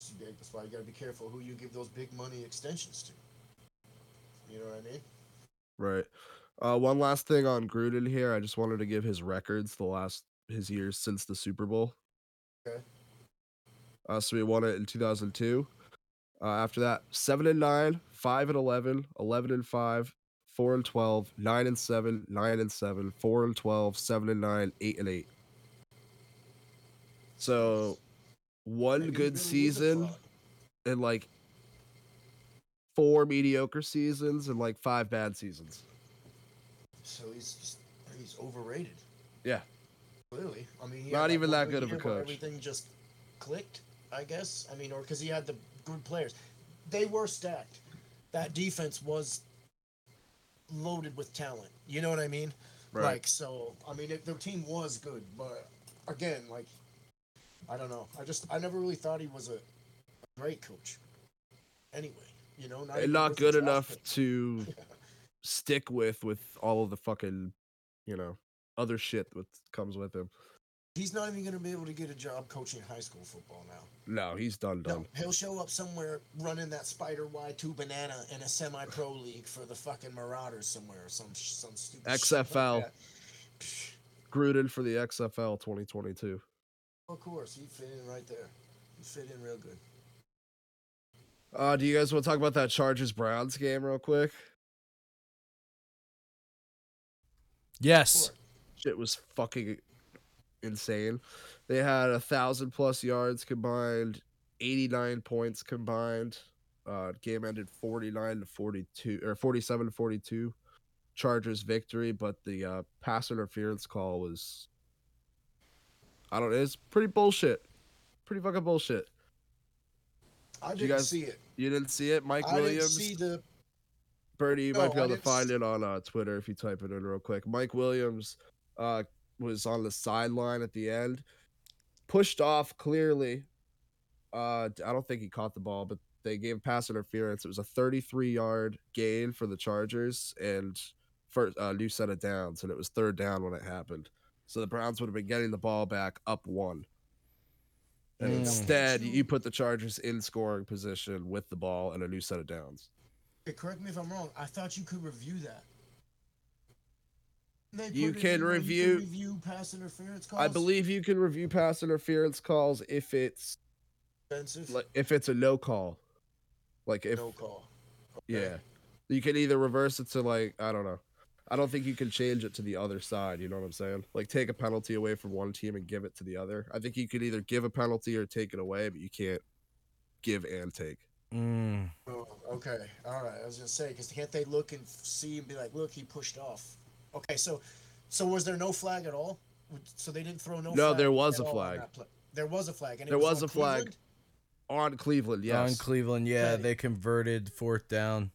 Speaker 3: it's big- that's why you gotta be careful who you give those big money extensions to. You know what I mean?
Speaker 2: Right. Uh, one last thing on Gruden here. I just wanted to give his records the last his years since the Super Bowl.
Speaker 3: Okay.
Speaker 2: Uh, so we won it in 2002. Uh, after that, seven and nine, five and 11, 11 and five, four and 12, nine and seven, nine and seven, four and 12, seven and nine, eight and eight. So one
Speaker 3: Maybe he really
Speaker 2: good
Speaker 3: is a
Speaker 2: season
Speaker 3: fraud.
Speaker 2: and like four mediocre seasons and like five bad seasons.
Speaker 3: So he's just, he's overrated.
Speaker 2: Yeah.
Speaker 3: Clearly, I mean, he
Speaker 2: Not
Speaker 3: had
Speaker 2: even
Speaker 3: one
Speaker 2: that good of a
Speaker 3: year
Speaker 2: coach.
Speaker 3: where Everything just clicked, I guess. I mean, or because he had the good players, they were stacked. That defense was loaded with talent. You know what I mean?
Speaker 2: Right.
Speaker 3: Like, so I mean, it, their team was good, but again, like, I don't know. I just I never really thought he was a, a great coach. Anyway, you know, not,
Speaker 2: and
Speaker 3: even
Speaker 2: not
Speaker 3: worth a
Speaker 2: good
Speaker 3: draft
Speaker 2: enough
Speaker 3: pick.
Speaker 2: to stick with with all of the fucking you know other shit that comes with him
Speaker 3: He's not even going to be able to get a job coaching high school football now.
Speaker 2: no he's done done
Speaker 3: No, he'll show up somewhere running that Spider Y2 banana in a semi pro league for the fucking Marauders somewhere or some, sh- some stupid shit like
Speaker 2: XFL.
Speaker 3: that. Psh,
Speaker 2: gruden for the xfl 2022
Speaker 3: Of course, he fit in right there. He fit in real good.
Speaker 2: uh do you guys want to talk about that chargers browns game real quick
Speaker 1: Yes.
Speaker 3: Sure.
Speaker 2: shit was fucking insane they had a thousand plus yards combined 89 points combined uh game ended 49 to 42 or 47 to 42 chargers victory but the uh pass interference call was i don't know it's pretty bullshit pretty fucking bullshit
Speaker 3: I
Speaker 2: You
Speaker 3: didn't
Speaker 2: guys-
Speaker 3: see it.
Speaker 2: you didn't see it mike
Speaker 3: I didn't
Speaker 2: williams
Speaker 3: see the.
Speaker 2: Bernie, you
Speaker 3: No,
Speaker 2: might be
Speaker 3: I
Speaker 2: able to
Speaker 3: didn't s-
Speaker 2: find it on uh, Twitter if you type it in real quick. Mike Williams uh, was on the sideline at the end, pushed off clearly. Uh, I don't think he caught the ball, but they gave pass interference. It was a 33 yard gain for the Chargers and first uh, new set of downs, and it was third down when it happened. So the Browns would have been getting the ball back up one. And
Speaker 1: Mm.
Speaker 2: instead, you put the Chargers in scoring position with the ball and a new set of downs.
Speaker 3: Okay, correct me if I'm wrong. I thought you could review that. They
Speaker 2: You
Speaker 3: put it
Speaker 2: can
Speaker 3: in where
Speaker 2: review-
Speaker 3: review pass interference calls.
Speaker 2: I believe you can review pass interference calls if it's
Speaker 3: Offensive,
Speaker 2: like if it's a no call. Like if
Speaker 3: no call.
Speaker 2: yeah. You can either reverse it to like I don't know. I don't think you can change it to the other side. You know what I'm saying? Like take a penalty away from one team and give it to the other. I think you could either give a penalty or take it away, but you can't give and take.
Speaker 1: Mm.
Speaker 3: Oh, okay. All right. I was gonna say because can't they look and see and be like, look, he pushed off. Okay, so, so was there no flag at all? Would- So they didn't throw no.
Speaker 2: No, there was a
Speaker 3: at all on
Speaker 2: flag.
Speaker 3: that pla- There was a flag. And it
Speaker 2: There
Speaker 3: was,
Speaker 2: was
Speaker 3: on
Speaker 2: a flag.
Speaker 3: Cleveland?
Speaker 2: On Cleveland, yes.
Speaker 1: On Cleveland, yeah,
Speaker 3: Okay.
Speaker 1: they converted fourth down.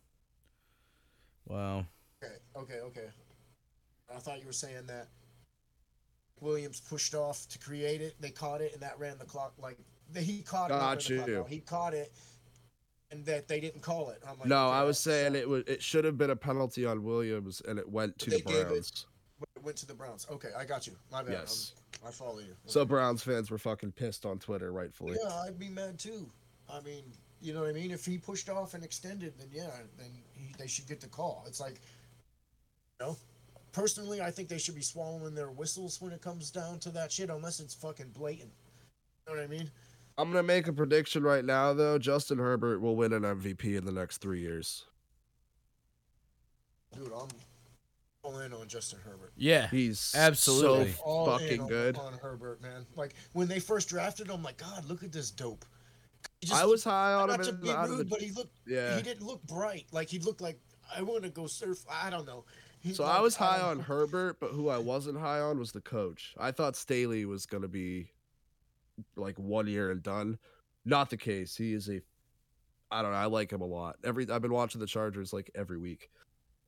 Speaker 1: Wow.
Speaker 3: Okay, okay, okay. I thought you were saying that Williams pushed off to create it. They caught it, and that ran the clock. Like that he caught it. not
Speaker 2: Got
Speaker 3: ran the clock
Speaker 2: you.
Speaker 3: out. He caught it, and that they didn't call it. I'm like,
Speaker 2: no,
Speaker 3: okay,
Speaker 2: I was
Speaker 3: that
Speaker 2: saying
Speaker 3: sucks.
Speaker 2: it was it should have been a penalty on Williams and it went to
Speaker 3: They
Speaker 2: the
Speaker 3: gave it-
Speaker 2: Browns.
Speaker 3: But it went to the Browns. Okay, I got you. My bad.
Speaker 2: Yes.
Speaker 3: I'm, I follow you.
Speaker 2: So Browns fans were fucking pissed on Twitter, rightfully.
Speaker 3: yeah, I'd be mad too. I mean, you know what I mean. If he pushed off and extended, then yeah, then he, they should get the call. It's like, you know, personally, I think they should be swallowing their whistles when it comes down to that shit, unless it's fucking blatant. You know what I mean?
Speaker 2: I'm gonna make a prediction right now though. Justin Herbert will win an MVP in the next three years.
Speaker 3: Dude, I'm all in on Justin Herbert.
Speaker 1: Yeah.
Speaker 2: He's
Speaker 1: Absolutely.
Speaker 2: so
Speaker 3: All in
Speaker 2: fucking
Speaker 3: on-
Speaker 2: good.
Speaker 3: on Herbert, man. Like when they first drafted him, like God, look at this dope. He just-
Speaker 2: I was high on him.
Speaker 3: not to
Speaker 2: in-
Speaker 3: be
Speaker 2: out of
Speaker 3: rude,
Speaker 2: the-
Speaker 3: but he looked
Speaker 2: yeah.
Speaker 3: he didn't look bright. Like he looked like I want to go surf. I don't know. He, um,
Speaker 2: So
Speaker 3: like,
Speaker 2: I was high
Speaker 3: don't
Speaker 2: on
Speaker 3: know.
Speaker 2: Herbert, but who I wasn't high on was the coach. I thought Staley was gonna be like one year and done. Not the case. He is a I don't know, I like him a lot. Every I've been watching the Chargers like every week.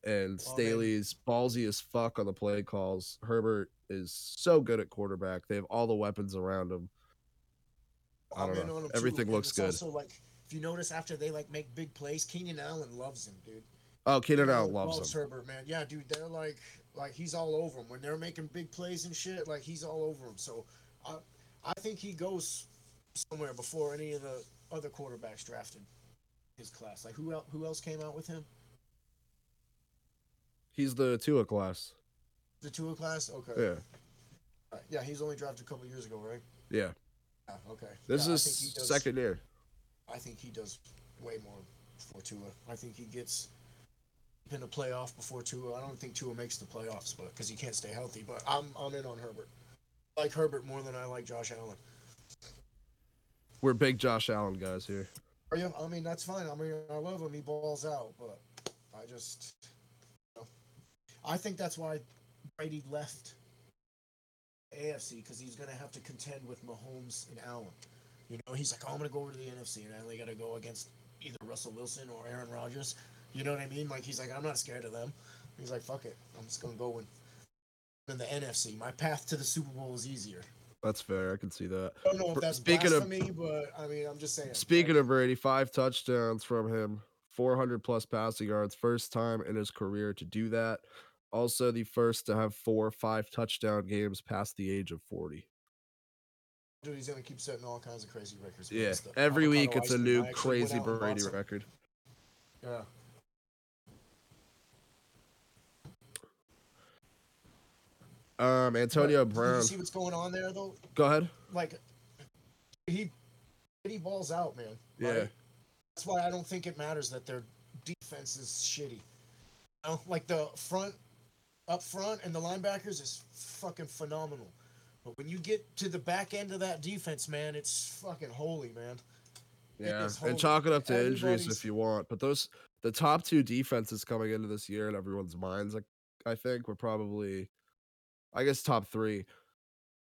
Speaker 2: And
Speaker 3: Well, maybe.
Speaker 2: Staley's ballsy as fuck on the play calls. Herbert is so good at quarterback. They have all the weapons around him. I
Speaker 3: I'm
Speaker 2: don't
Speaker 3: in
Speaker 2: know.
Speaker 3: on him, too,
Speaker 2: Everything
Speaker 3: and
Speaker 2: looks
Speaker 3: it's
Speaker 2: good.
Speaker 3: Also, like if you notice after they like make big plays, Keenan Allen loves him, dude.
Speaker 2: Oh, Keenan
Speaker 3: Keenan
Speaker 2: Allen
Speaker 3: Allen
Speaker 2: loves him.
Speaker 3: Herbert, man. Yeah, dude. They're like like he's all over him when they're making big plays and shit. Like he's all over him. So I I think he goes somewhere before any of the other quarterbacks drafted his class. Like who else? Who else came out with him?
Speaker 2: He's the Tua class.
Speaker 3: The Tua class. Okay.
Speaker 2: Yeah.
Speaker 3: Right. Yeah, he's only drafted a couple years ago, right?
Speaker 2: Yeah.
Speaker 3: Yeah, okay.
Speaker 2: This
Speaker 3: Yeah, I
Speaker 2: is
Speaker 3: think he does-
Speaker 2: second year.
Speaker 3: I think he does way more for Tua. I think he gets in a playoff before Tua. I don't think Tua makes the playoffs, but because he can't stay healthy. But I'm I'm in on Herbert. I like Herbert more than I like Josh Allen.
Speaker 2: We're big Josh Allen guys here.
Speaker 3: Are you? I mean, that's fine. I mean, I love him. He balls out, but I just, you know. I think that's why Brady left AFC because he's gonna have to contend with Mahomes and Allen. You know, he's like, oh, I'm gonna go over to the NFC, and I only gotta go against either Russell Wilson or Aaron Rodgers. You know what I mean? Like he's like, I'm not scared of them. He's like, fuck it, I'm just gonna go win. In the NFC, my path to the Super Bowl is easier.
Speaker 2: That's fair. I can see that.
Speaker 3: I don't know if
Speaker 2: Br-
Speaker 3: that's
Speaker 2: speaking of-
Speaker 3: blasphemy, but I mean, I'm just saying.
Speaker 2: Speaking of Brady, five touchdowns from him, 400 plus passing yards, first time in his career to do that. Also, the first to have four five touchdown games past the age of 40.
Speaker 3: Dude, he's gonna keep setting all kinds of crazy records.
Speaker 2: Yeah.
Speaker 3: It's the
Speaker 2: Every
Speaker 3: avocado
Speaker 2: week, it's a
Speaker 3: ice cream. I
Speaker 2: new
Speaker 3: actually went
Speaker 2: crazy
Speaker 3: out and bought
Speaker 2: Brady
Speaker 3: some.
Speaker 2: record.
Speaker 3: Yeah.
Speaker 2: Um, Antonio
Speaker 3: But
Speaker 2: Brown.
Speaker 3: You see what's going on there, though.
Speaker 2: Go ahead.
Speaker 3: Like, he he balls out, man.
Speaker 2: Yeah.
Speaker 3: Like, that's why I don't think it matters that their defense is shitty. You know? Like the front, up front, and the linebackers is fucking phenomenal. But when you get to the back end of that defense, man, it's fucking holy, man.
Speaker 2: Yeah.
Speaker 3: is
Speaker 2: And
Speaker 3: holy.
Speaker 2: chalk it up to injuries
Speaker 3: Everybody's-
Speaker 2: if you want. But those, the top two defenses coming into this year in everyone's minds, like, I think, were probably, I guess, top three.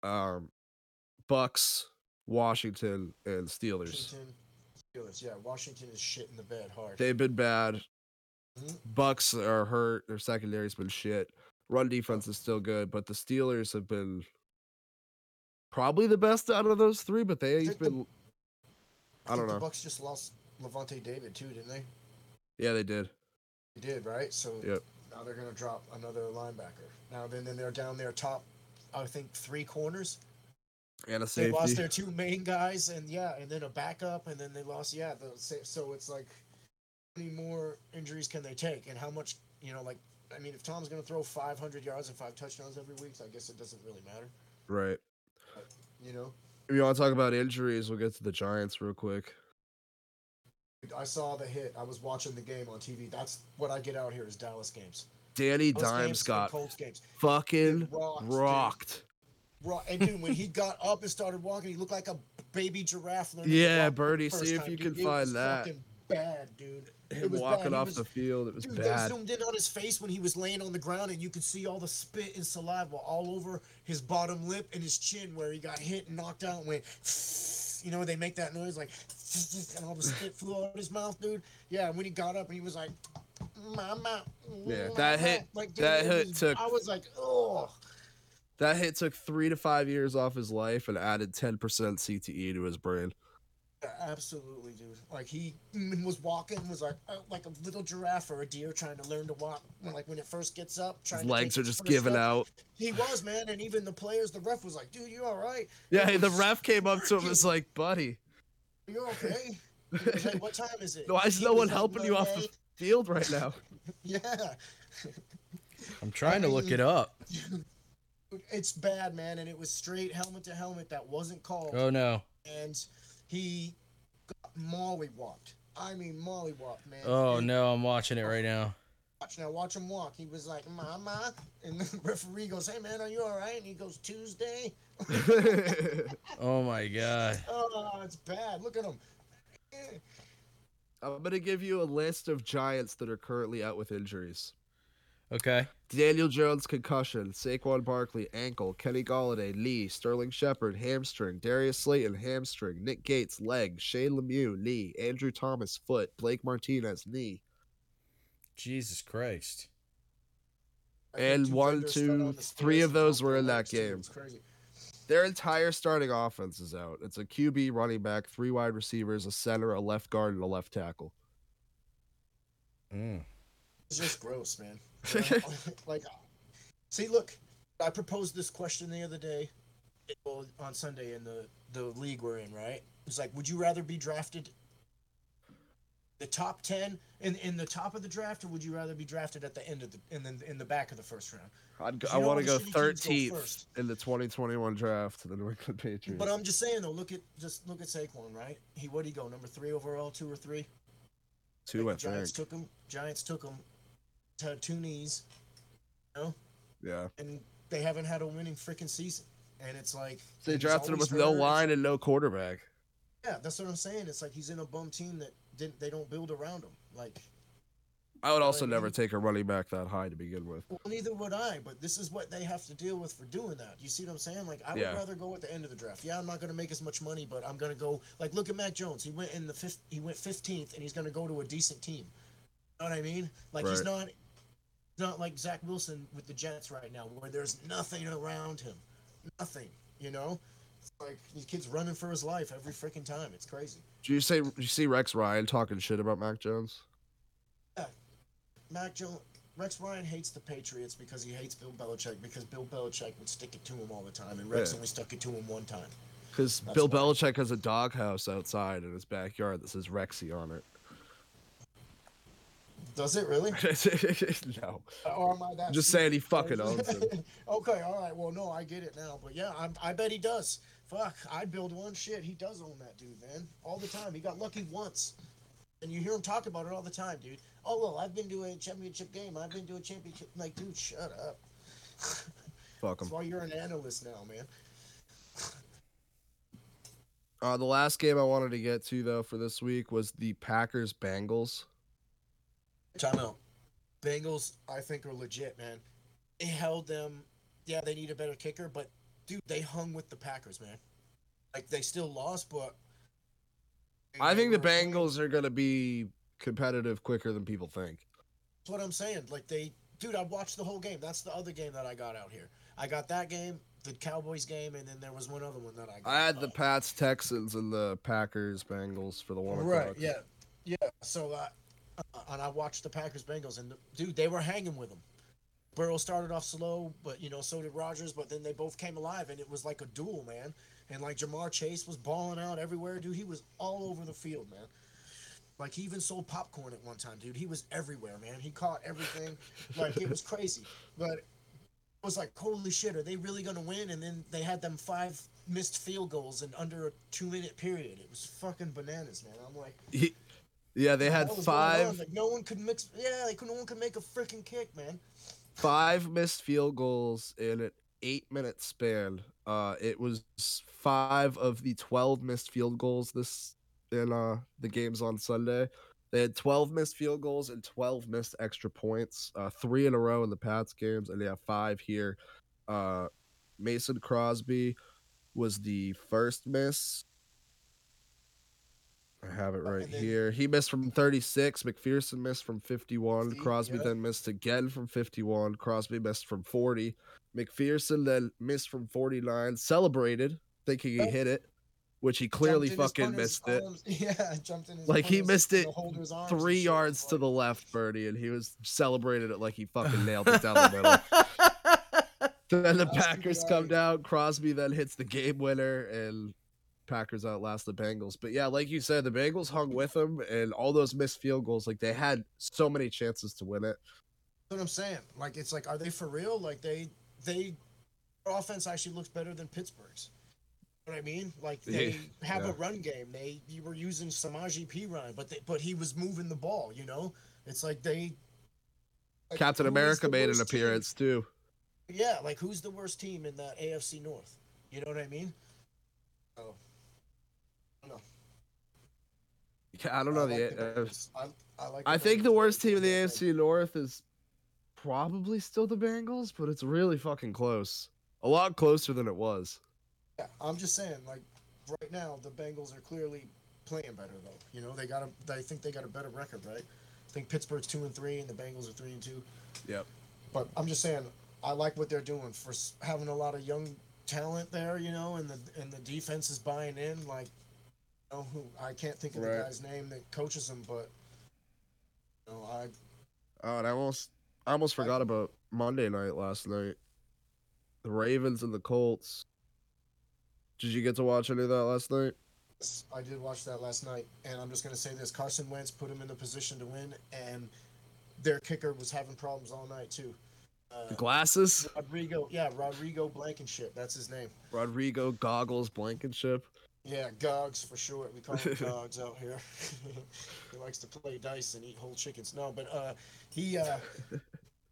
Speaker 2: Um, Bucks, Washington, and Steelers.
Speaker 3: Washington, Steelers, yeah. Washington is shit in the bed hard.
Speaker 2: They've been bad.
Speaker 3: Mhm.
Speaker 2: Bucks are hurt. Their secondary's been shit. Run defense is still good, but the Steelers have been probably the best out of those three. But they've
Speaker 3: think the-
Speaker 2: been, I
Speaker 3: think
Speaker 2: don't know.
Speaker 3: The Bucks just lost Levante David too, didn't they?
Speaker 2: yeah, they did.
Speaker 3: They did, right? So
Speaker 2: Yep.
Speaker 3: now they're gonna drop another linebacker. Now then, then they're down their top, I think three corners.
Speaker 2: And a
Speaker 3: They lost
Speaker 2: safety.
Speaker 3: their two main guys, and yeah, and then a backup, and then they lost yeah. The, sa- so it's like, how many more injuries can they take, and how much you know? Like, I mean, if Tom's gonna throw 500 yards and five touchdowns every week, I guess it doesn't really matter,
Speaker 2: right.
Speaker 3: you know.
Speaker 2: If you want to talk about injuries, we'll get to the Giants real quick.
Speaker 3: I saw the hit. I was watching the game on TV. That's what I get out here is Dallas games.
Speaker 2: Danny
Speaker 3: Those
Speaker 2: Dimes
Speaker 3: games and
Speaker 2: got
Speaker 3: Colts games.
Speaker 2: fucking
Speaker 3: rocks, dude.
Speaker 2: rocked.
Speaker 3: Right, and dude, when he got up and started walking, he looked like a baby giraffe. learning to
Speaker 2: Yeah,
Speaker 3: walk for the
Speaker 2: Bernie,
Speaker 3: first
Speaker 2: see if
Speaker 3: time,
Speaker 2: you
Speaker 3: dude.
Speaker 2: can
Speaker 3: It was
Speaker 2: find that.
Speaker 3: fucking Bad, dude. It
Speaker 2: Him
Speaker 3: was
Speaker 2: walking
Speaker 3: bad. He
Speaker 2: off
Speaker 3: was-
Speaker 2: the field, it was
Speaker 3: Dude,
Speaker 2: bad.
Speaker 3: they zoomed in on his face when he was laying on the ground, and you could see all the spit and saliva all over his bottom lip and his chin where he got hit and knocked out and went, you know, they make that noise like, and all the spit flew out of his mouth, dude. Yeah, and when he got up and he was like, Mama.
Speaker 2: Yeah, that hit-
Speaker 3: Like,
Speaker 2: that
Speaker 3: it
Speaker 2: hit
Speaker 3: was-
Speaker 2: took-
Speaker 3: I was like, oh.
Speaker 2: That hit took three to five years off his life and added ten percent CTE to his brain.
Speaker 3: Absolutely, dude. Like he mm, was walking, was like uh, like a little giraffe or a deer trying to learn to walk. When, like when it first gets up,
Speaker 2: His
Speaker 3: trying to
Speaker 2: legs
Speaker 3: take
Speaker 2: are
Speaker 3: its
Speaker 2: just
Speaker 3: first
Speaker 2: giving
Speaker 3: step.
Speaker 2: out.
Speaker 3: He was man, and even the players, the ref was like, "Dude, you all right?
Speaker 2: Yeah, hey, the ref came up to him and was like, "Buddy,
Speaker 3: You okay? He was like, what time is it?
Speaker 2: why is
Speaker 3: He
Speaker 2: no
Speaker 3: was
Speaker 2: one
Speaker 3: like,
Speaker 2: helping you off the
Speaker 3: "Monday."
Speaker 2: field right now?"
Speaker 3: Yeah,
Speaker 1: I'm trying to look it up.
Speaker 3: it's bad, man, and it was straight helmet to helmet that wasn't called,
Speaker 1: Oh no.
Speaker 3: and he got mollywopped. I mean, mollywopped, man.
Speaker 1: Oh
Speaker 3: And
Speaker 1: no, I'm watching it right now.
Speaker 3: watch now watch him walk he was like mama and the referee goes hey man are you all right and he goes tuesday
Speaker 1: Oh my god.
Speaker 3: oh it's bad look at him
Speaker 2: I'm gonna give you a list of Giants that are currently out with injuries.
Speaker 1: Okay.
Speaker 2: Daniel Jones concussion, Saquon Barkley ankle, Kenny Galladay knee, Sterling Shepard hamstring, Darius Slayton hamstring, Nick Gates leg, Shane Lemieux knee, Andrew Thomas foot, Blake Martinez knee.
Speaker 1: Jesus Christ.
Speaker 3: I think
Speaker 2: And
Speaker 3: two
Speaker 2: one,
Speaker 3: fingers stuck
Speaker 2: two,
Speaker 3: on the
Speaker 2: three
Speaker 3: stairs
Speaker 2: of
Speaker 3: and
Speaker 2: those
Speaker 3: off
Speaker 2: were
Speaker 3: the
Speaker 2: in that
Speaker 3: legs, too.
Speaker 2: game.
Speaker 3: It's crazy.
Speaker 2: Their entire starting offense is out. It's a QB, running back, three wide receivers, a center, a left guard, and a left tackle.
Speaker 1: Mm.
Speaker 3: It's just gross, man. You know? like, see, look, I proposed this question the other day well, on Sunday in the, the league we're in, right? It's like, would you rather be drafted the top 10 in, in the top of the draft, or would you rather be drafted at the end of the, in the, in the back of the first round?
Speaker 2: I'd go,
Speaker 3: You
Speaker 2: I
Speaker 3: know
Speaker 2: want
Speaker 3: all
Speaker 2: to
Speaker 3: the
Speaker 2: go
Speaker 3: shitty teams go
Speaker 2: 13th
Speaker 3: first.
Speaker 2: in the 2021 draft to the New England Patriots.
Speaker 3: But I'm just saying, though, look at just look at Saquon, right? He what'd he go number three overall, two or three?
Speaker 2: Two, I
Speaker 3: The Giants
Speaker 2: think.
Speaker 3: took him. Giants took him to two knees. You know?
Speaker 2: Yeah.
Speaker 3: and they haven't had a winning freaking season. And it's like
Speaker 2: They
Speaker 3: he's
Speaker 2: drafted him
Speaker 3: always
Speaker 2: with no
Speaker 3: hurt.
Speaker 2: line and no quarterback.
Speaker 3: Yeah, that's what I'm saying. It's like he's in a bum team that didn't they don't build around him. Like
Speaker 2: I would also
Speaker 3: Like,
Speaker 2: never
Speaker 3: he-
Speaker 2: take a running back that high to begin with.
Speaker 3: well, neither would I, but this is what they have to deal with for doing that. You see what I'm saying? Like I
Speaker 2: Yeah.
Speaker 3: would rather go at the end of the draft. Yeah, I'm not gonna make as much money, but I'm gonna go like look at Mac Jones. He went in the fifth he went fifteenth and he's gonna go to a decent team. You know what I mean? Like he's
Speaker 2: Right.
Speaker 3: not not like Zach Wilson with the Jets right now, where there's nothing around him. Nothing. You know? It's like the kid's running for his life every freaking time. It's crazy.
Speaker 2: Do you say do you see Rex Ryan talking shit about Mac Jones?
Speaker 3: Mac Jones, Rex Ryan hates the Patriots because he hates Bill Belichick because Bill Belichick would stick it to him all the time, and Rex
Speaker 2: Yeah.
Speaker 3: only stuck it to him one time.
Speaker 2: Because
Speaker 3: That's
Speaker 2: Bill
Speaker 3: why.
Speaker 2: Belichick has a doghouse outside in his backyard that says Rexy on
Speaker 3: Does it really?
Speaker 2: it. no.
Speaker 3: Or am I that?
Speaker 2: Just
Speaker 3: stupid?
Speaker 2: saying he fucking owns it.
Speaker 3: okay, all right. Well, no, I get it now, but yeah, I'm, I bet he does. Fuck, I'd build one. Shit, he does own that dude, man. All the time. He got lucky once, and you hear him talk about it all the time, dude. Oh well, I've been to a championship game. I've been to a championship. Like, dude, shut up.
Speaker 2: Fuck him.
Speaker 3: That's why you're an analyst now, man.
Speaker 2: Uh, the last game I wanted to get to though for this week was the Packers Bengals.
Speaker 3: Timeout. Bengals, I think, are legit, man. They held them. Yeah, they need a better kicker, but dude, they hung with the Packers, man. Like they still lost, but
Speaker 2: I think the
Speaker 3: They were-
Speaker 2: Bengals are gonna be competitive quicker than people think.
Speaker 3: That's what I'm saying. Like they, dude, I watched the whole game. That's the other game that I got out here. I got that game, the Cowboys game, and then there was one other one that I got.
Speaker 2: I had the
Speaker 3: Uh,
Speaker 2: Pats Texans and the Packers Bengals for the one o'clock.
Speaker 3: right, yeah, yeah. So, uh, uh, and I watched the Packers Bengals, and the, dude, they were hanging with them. Burrow started off slow, but you know, so did Rodgers. But then they both came alive, and it was like a duel, man. And like Jamar Chase was balling out everywhere, dude. He was all over the field, man. Like he even sold popcorn at one time, dude. He was everywhere, man. He caught everything. like it was crazy. But it was like, holy shit, are they really gonna win? And then they had them five missed field goals in under a two minute period. It was fucking bananas, man. I'm like,
Speaker 2: He, Yeah, they had
Speaker 3: That was going on,
Speaker 2: five
Speaker 3: Like, no one could mix. Yeah, like no one could make a freaking kick, man.
Speaker 2: five missed field goals in an eight minute span. Uh, it was five of the twelve missed field goals this in uh the games on Sunday. They had twelve missed field goals and twelve missed extra points. Uh, three in a row in the Pats games, and they have five here. Uh, Mason Crosby was the first miss. I have it right
Speaker 3: and then-
Speaker 2: here. He missed from 36. McPherson missed from 51.
Speaker 3: 50,
Speaker 2: Crosby
Speaker 3: yeah.
Speaker 2: then missed again from 51. Crosby missed from 40. McPherson then missed from 49. Celebrated, thinking he
Speaker 3: Oh.
Speaker 2: hit it, which he clearly
Speaker 3: Jumped in his
Speaker 2: fucking
Speaker 3: punter's
Speaker 2: missed it.
Speaker 3: arms- Yeah, jumped in. His
Speaker 2: Like, he
Speaker 3: punter's-
Speaker 2: missed
Speaker 3: the
Speaker 2: it
Speaker 3: holder's arms and
Speaker 2: Three
Speaker 3: shit.
Speaker 2: yards to
Speaker 3: Like,
Speaker 2: the left, Birdie, and he was celebrated it like he fucking nailed it down the middle. Then the
Speaker 3: Crosby
Speaker 2: Packers
Speaker 3: got
Speaker 2: come
Speaker 3: it.
Speaker 2: down. Crosby then hits the game winner, and Packers outlast the Bengals. But yeah, like you said, the Bengals hung with them, and all those missed field goals, like they had so many chances to win it.
Speaker 3: That's what I'm saying. Like it's like, are they for real? Like they they their offense actually looks better than Pittsburgh's. You know what I mean? Like they
Speaker 2: Yeah,
Speaker 3: have a
Speaker 2: yeah.
Speaker 3: run game. They you were using Samaji P Ryan, but they, but he was moving the ball. You know, it's like they. like,
Speaker 2: Captain
Speaker 3: who is
Speaker 2: America
Speaker 3: the
Speaker 2: made an
Speaker 3: worst team?
Speaker 2: appearance too.
Speaker 3: Yeah, like who's the worst team in that AFC North? You know what I mean? So, I don't know.
Speaker 2: Yeah, I don't know
Speaker 3: I like
Speaker 2: the.
Speaker 3: the
Speaker 2: uh,
Speaker 3: Bengals. I, I, like
Speaker 2: I think the
Speaker 3: Bengals.
Speaker 2: worst team in the
Speaker 3: Like,
Speaker 2: AFC North is probably still the Bengals, but it's really fucking close. A lot closer than it was.
Speaker 3: Yeah, I'm just saying, like right now, the Bengals are clearly playing better though. You know, they got a, I think they got a better record, right? I think Pittsburgh's two and three, and the Bengals are three and two.
Speaker 2: Yep.
Speaker 3: But I'm just saying, I like what they're doing for s- having a lot of young talent there, you know, and the and the defense is buying in. Like, you know, who I can't think of the
Speaker 1: Right.
Speaker 3: guy's name that coaches them, but you know, I
Speaker 2: Oh, and I almost I almost forgot about Monday night last night. The Ravens and the Colts. Did you get to watch any of that last night?
Speaker 3: I did watch that last night, and I'm just going to say this: Carson Wentz put him in a position to win, and their kicker was having problems all night too. Uh,
Speaker 2: The glasses?
Speaker 3: Rodrigo, yeah, Rodrigo Blankenship, that's his name.
Speaker 2: Rodrigo goggles Blankenship.
Speaker 3: Yeah, Gogs for short. We call him Gogs out here. he likes to play dice and eat whole chickens. No, but uh, he uh,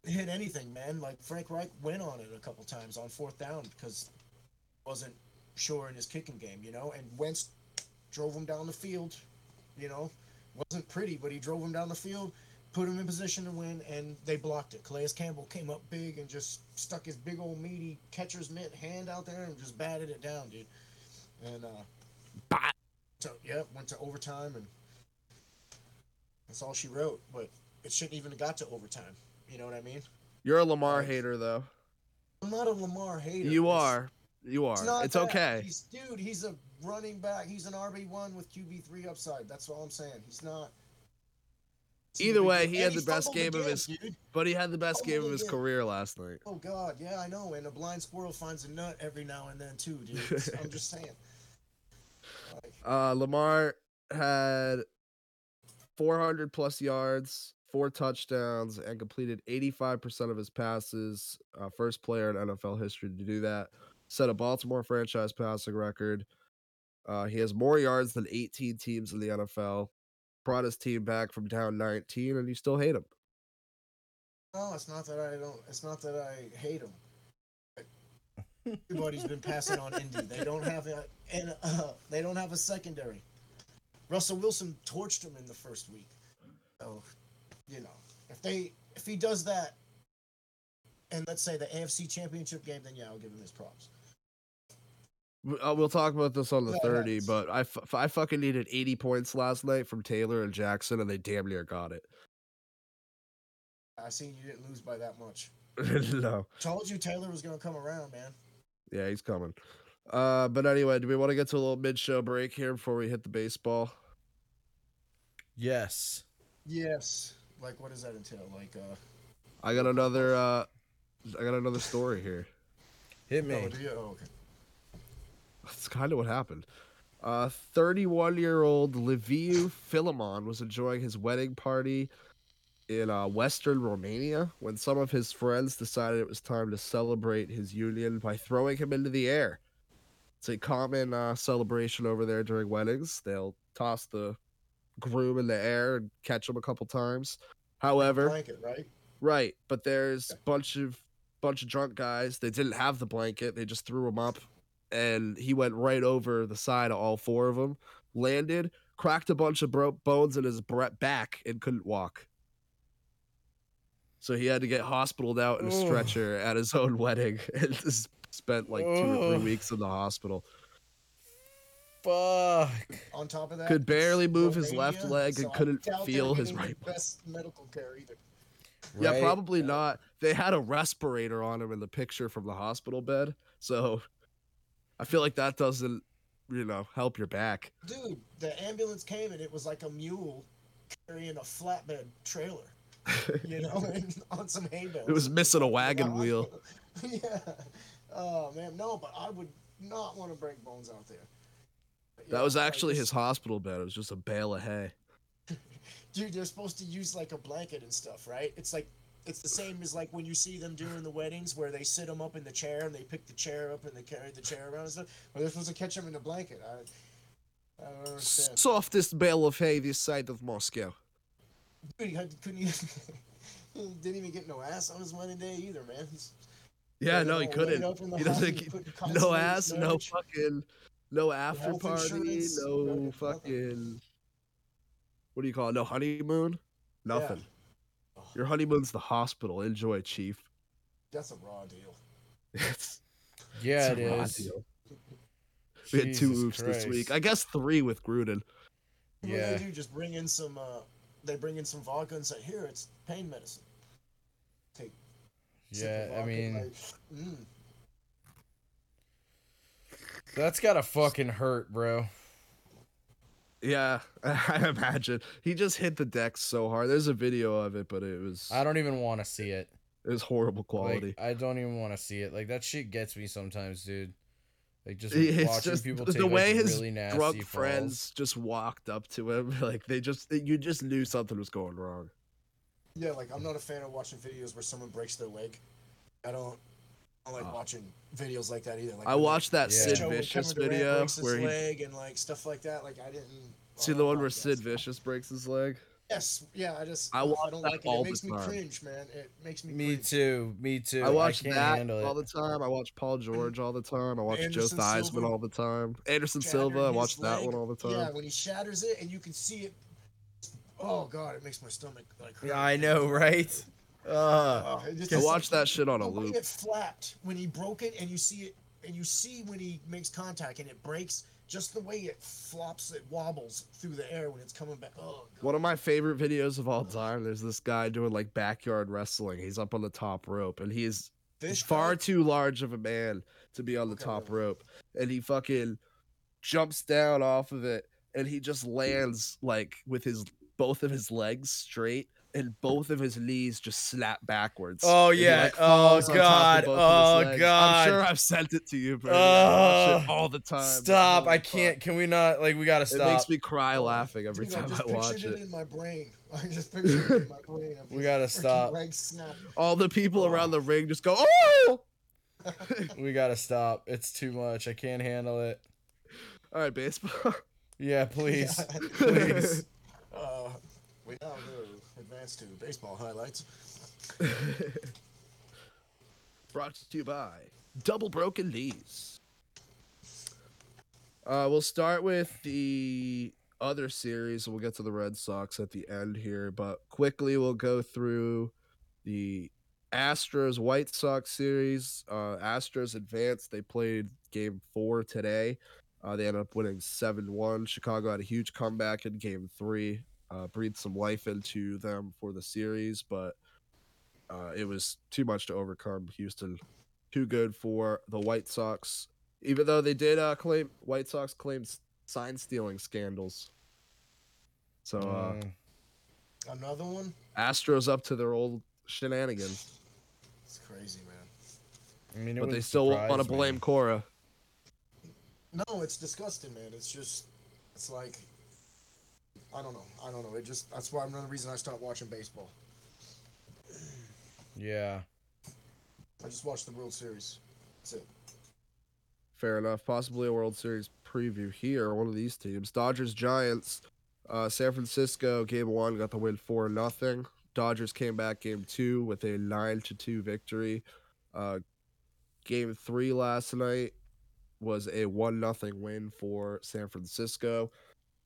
Speaker 3: hit anything, man. Like Frank Reich went on it a couple times on fourth down because he wasn't sure in his kicking game, you know. And Wentz drove him down the field, you know. Wasn't pretty, but he drove him down the field, put him in position to win, and they blocked it. Calais Campbell came up big and just stuck his big old meaty catcher's mitt hand out there and just batted it down, dude. And uh, so yeah, went to overtime, and that's all she wrote. But it shouldn't even have got to overtime. You know what I mean?
Speaker 2: You're a Lamar
Speaker 3: Nice.
Speaker 2: hater though.
Speaker 3: I'm not a Lamar hater.
Speaker 2: You
Speaker 3: It's-
Speaker 2: are. You are.
Speaker 3: not
Speaker 2: It's,
Speaker 3: that.
Speaker 2: okay.
Speaker 3: He's, dude, he's a running back. He's an RB one with QB three upside. That's all I'm saying. He's not.
Speaker 2: Either way, he
Speaker 3: And
Speaker 2: had the best
Speaker 3: fumbled
Speaker 2: game of
Speaker 3: again,
Speaker 2: his-
Speaker 3: Dude.
Speaker 2: But he had the best
Speaker 3: Oh,
Speaker 2: game of his
Speaker 3: yeah.
Speaker 2: career last night.
Speaker 3: Oh God, yeah, I know. And a blind squirrel finds a nut every now and then too, dude. It's- I'm just saying. Like,
Speaker 2: Uh, Lamar had 400 plus yards, four touchdowns, and completed 85% of his passes. Uh, first player in NFL history to do that. Set a Baltimore franchise passing record. Uh, he has more yards than 18 teams in the NFL. Brought his team back from down 19, and you still hate him.
Speaker 3: No, it's not that I don't. It's not that I hate them. Everybody's been passing on Indy. They don't have a and uh, they don't have a secondary. Russell Wilson torched him in the first week. So, you know, if they if he does that, and let's say the AFC Championship game, then yeah, I'll give him his props.
Speaker 2: W- Uh, we'll talk about this on the
Speaker 3: Yeah,
Speaker 2: 30,
Speaker 3: that's-
Speaker 2: but I, f- I fucking needed 80 points last night from Taylor and Jackson, and they damn near got it.
Speaker 3: I seen you didn't lose by that much.
Speaker 2: no.
Speaker 3: Told you Taylor was gonna come around, man.
Speaker 2: Yeah, he's coming. Uh, but anyway, do we want to get to a little mid-show break here before we hit the baseball?
Speaker 1: yes.
Speaker 3: Yes. Like, what does that entail? Like, uh,
Speaker 2: I got another. Uh, I got another story here.
Speaker 1: Hit me.
Speaker 3: oh, do you? Oh, okay.
Speaker 2: That's kind of what happened. Uh, 31-year-old Liviu Filimon was enjoying his wedding party in uh, Western Romania when some of his friends decided it was time to celebrate his union by throwing him into the air. It's a common uh, celebration over there during weddings. They'll toss the groom in the air and catch him a couple times. However,
Speaker 3: blanket, right?
Speaker 2: Right, but there's bunch of bunch of drunk guys. They didn't have the blanket. They just threw him up, and he went right over the side of all four of them. Landed, cracked a bunch of bro- bones in his bre- back, and couldn't walk. So he had to get hospitaled out in a
Speaker 1: Ugh.
Speaker 2: stretcher at his own wedding, and just spent like two or
Speaker 1: Ugh.
Speaker 2: three weeks in the hospital.
Speaker 1: Fuck.
Speaker 3: On top of that,
Speaker 2: Could
Speaker 3: it's
Speaker 2: barely move his left
Speaker 3: Romania,
Speaker 2: leg and
Speaker 3: so I
Speaker 2: couldn't
Speaker 3: doubt they're
Speaker 2: feel his
Speaker 3: getting the
Speaker 2: right leg.
Speaker 3: Best medical care either.
Speaker 2: Yeah,
Speaker 1: Right?
Speaker 2: probably not. They had a respirator on him in the picture from the hospital bed, so I feel like that doesn't, you know, help your back.
Speaker 3: Dude, the ambulance came and it was like a mule carrying a flatbed trailer, you know, and on some hay bales.
Speaker 2: It was missing a wagon
Speaker 3: Yeah, I-
Speaker 2: wheel.
Speaker 3: yeah. Oh man, no, but I would not want to break bones out there. Yeah,
Speaker 2: That was
Speaker 3: like,
Speaker 2: actually his
Speaker 3: it's-
Speaker 2: hospital bed. It was just a bale of hay.
Speaker 3: Dude, they're supposed to use like a blanket and stuff, right? It's like it's the same as like when you see them doing the weddings where they sit them up in the chair and they pick the chair up and they carry the chair around and stuff. Or they're supposed to catch them in a blanket. I, I don't understand.
Speaker 2: Softest bale of hay this side of Moscow.
Speaker 3: Dude, he had, couldn't even, he didn't even get no ass on his wedding day either, man. He's-
Speaker 2: Yeah,
Speaker 3: Put it
Speaker 2: no, he
Speaker 3: all laid
Speaker 2: couldn't.
Speaker 3: up in the
Speaker 2: He
Speaker 3: house,
Speaker 2: doesn't.
Speaker 3: he
Speaker 2: get-
Speaker 3: couldn't
Speaker 2: No
Speaker 3: consummate
Speaker 2: ass.
Speaker 3: his
Speaker 2: No
Speaker 3: marriage.
Speaker 2: fucking. No after
Speaker 3: Health
Speaker 2: party.
Speaker 3: insurance,
Speaker 2: No
Speaker 3: nothing,
Speaker 2: fucking. What do you call it? No honeymoon. Nothing. Your honeymoon's the hospital. Enjoy, chief.
Speaker 3: That's a raw deal.
Speaker 2: It's-
Speaker 1: Yeah, it
Speaker 2: it's a raw
Speaker 1: is.
Speaker 2: deal. We had two
Speaker 1: Jesus
Speaker 2: oops this week.
Speaker 1: Christ.
Speaker 2: I guess three with Gruden.
Speaker 3: What do
Speaker 1: Yeah.
Speaker 3: they do? Just bring in some. Uh, they bring in some vodka and say, "Here, it's pain medicine." Take. sip of
Speaker 1: Yeah, I
Speaker 3: vodka,
Speaker 1: mean,
Speaker 3: like, mm.
Speaker 1: that's gotta fucking hurt, bro.
Speaker 2: Yeah, I imagine he just hit the deck so hard. There's a video of it, but it was
Speaker 1: I don't even want to see it.
Speaker 2: it was horrible
Speaker 1: Like,
Speaker 2: quality.
Speaker 1: I don't even want to see it. Like that shit gets me sometimes, dude. Like just
Speaker 2: It's
Speaker 1: watching
Speaker 2: just-
Speaker 1: people
Speaker 2: the
Speaker 1: take like,
Speaker 2: way his
Speaker 1: really nasty
Speaker 2: Drunk
Speaker 1: falls.
Speaker 2: friends just walked up to him, like they just you just knew something was going wrong.
Speaker 3: Yeah, like I'm not a fan of watching videos where someone breaks their leg. I don't. I don't like
Speaker 2: Oh.
Speaker 3: watching videos like that either. Like
Speaker 2: I
Speaker 3: when they
Speaker 2: watched that
Speaker 1: Ah. Yeah.
Speaker 2: Sid
Speaker 3: show when
Speaker 2: Vicious
Speaker 3: Kevin Durant
Speaker 2: video
Speaker 3: breaks his
Speaker 2: where he
Speaker 3: leg and like stuff like that. Like I didn't
Speaker 2: see
Speaker 3: oh,
Speaker 2: the one
Speaker 3: no,
Speaker 2: where
Speaker 3: yes.
Speaker 2: Sid Vicious breaks his leg.
Speaker 3: Yes, yeah, I just
Speaker 2: I watch
Speaker 3: don't
Speaker 2: that
Speaker 3: like it.
Speaker 2: all
Speaker 3: It
Speaker 2: the
Speaker 3: makes me
Speaker 2: time.
Speaker 3: cringe, man. It makes me.
Speaker 1: Me
Speaker 3: cringe.
Speaker 1: too. Me too.
Speaker 2: I watch
Speaker 1: can't
Speaker 2: that
Speaker 1: handle it.
Speaker 2: all the time. I watch Paul George all the time. I watch
Speaker 3: Anderson
Speaker 2: Joe Theismann
Speaker 3: Silva
Speaker 2: all the time. Anderson
Speaker 3: shattered
Speaker 2: Silva. I
Speaker 3: his
Speaker 2: watch that
Speaker 3: leg.
Speaker 2: one all the time.
Speaker 3: Yeah, when he shatters it and you can see it. Oh god, it makes my stomach like. hurt.
Speaker 1: Yeah, I know, right? Uh,
Speaker 3: Oh, it just-
Speaker 2: I watched that shit on a
Speaker 1: Oh
Speaker 3: the way
Speaker 2: loop.
Speaker 3: It flapped when he broke it, and you see it, and you see when he makes contact and it breaks. Just the way it flops, it wobbles through the air when it's coming back. Oh god.
Speaker 2: One of my favorite videos of all time. There's this guy doing like backyard wrestling. He's up on the top rope, and he is
Speaker 3: Fish
Speaker 2: far
Speaker 3: guy?
Speaker 2: too large of a man to be on the
Speaker 3: Okay.
Speaker 2: top rope, and he fucking jumps down off of it, and he just lands like with his both of his legs straight. And both of his knees just snap backwards.
Speaker 1: Oh,
Speaker 2: and he,
Speaker 1: yeah.
Speaker 2: like, falls
Speaker 1: Oh,
Speaker 2: on top
Speaker 1: God.
Speaker 2: of both of his
Speaker 1: Oh,
Speaker 2: legs.
Speaker 1: God.
Speaker 2: I'm sure I've sent it to you, but I watch it
Speaker 1: Ugh.
Speaker 2: all the time.
Speaker 1: stop! I
Speaker 2: Holy fuck.
Speaker 1: can't. Can we not? Like, we gotta
Speaker 2: It
Speaker 1: stop.
Speaker 2: makes me cry laughing every
Speaker 3: Oh, Dude,
Speaker 2: time
Speaker 3: I,
Speaker 2: I,
Speaker 3: just
Speaker 2: watch
Speaker 3: pictured
Speaker 2: it.
Speaker 3: it in my brain. I just pictured it in my brain. of
Speaker 1: We
Speaker 3: his
Speaker 1: gotta
Speaker 3: freaking
Speaker 1: stop.
Speaker 3: Leg snap.
Speaker 2: All the people
Speaker 1: Oh.
Speaker 2: around the ring just go, "Oh!"
Speaker 1: we gotta stop. It's too much. I can't handle it.
Speaker 2: All right, baseball.
Speaker 1: Yeah, please,
Speaker 3: Yeah.
Speaker 1: please.
Speaker 3: Uh, we now do advance to baseball highlights.
Speaker 2: Brought to you by Double Broken Knees. Uh, we'll start with the other series, and we'll get to the Red Sox at the end here. But quickly, we'll go through the Astros White Sox series. Uh, Astros advanced. They played Game Four today. Uh, they ended up winning seven one. Chicago had a huge comeback in Game Three. Uh, breathed some life into them for the series, but uh, it was too much to overcome. Houston, too good for the White Sox, even though they did uh, claim White Sox claims sign stealing scandals. So uh,
Speaker 1: Mm.
Speaker 3: Another one.
Speaker 2: Astros up to their old shenanigans,
Speaker 3: It's crazy, man.
Speaker 1: I mean, it
Speaker 2: but they
Speaker 1: wouldn't
Speaker 2: still want to
Speaker 1: surprise me.
Speaker 2: blame Cora.
Speaker 3: No, it's disgusting, man. It's just, it's like, I don't know. I don't know. It just, that's why another reason I stopped watching baseball.
Speaker 1: Yeah.
Speaker 3: I just watched the World Series. That's it.
Speaker 2: Fair enough. Possibly a World Series preview here. One of these teams, Dodgers Giants. Uh, San Francisco game one got the win four nothing. Dodgers came back game two with a nine to two victory. Uh, game three last night was a one nothing win for San Francisco.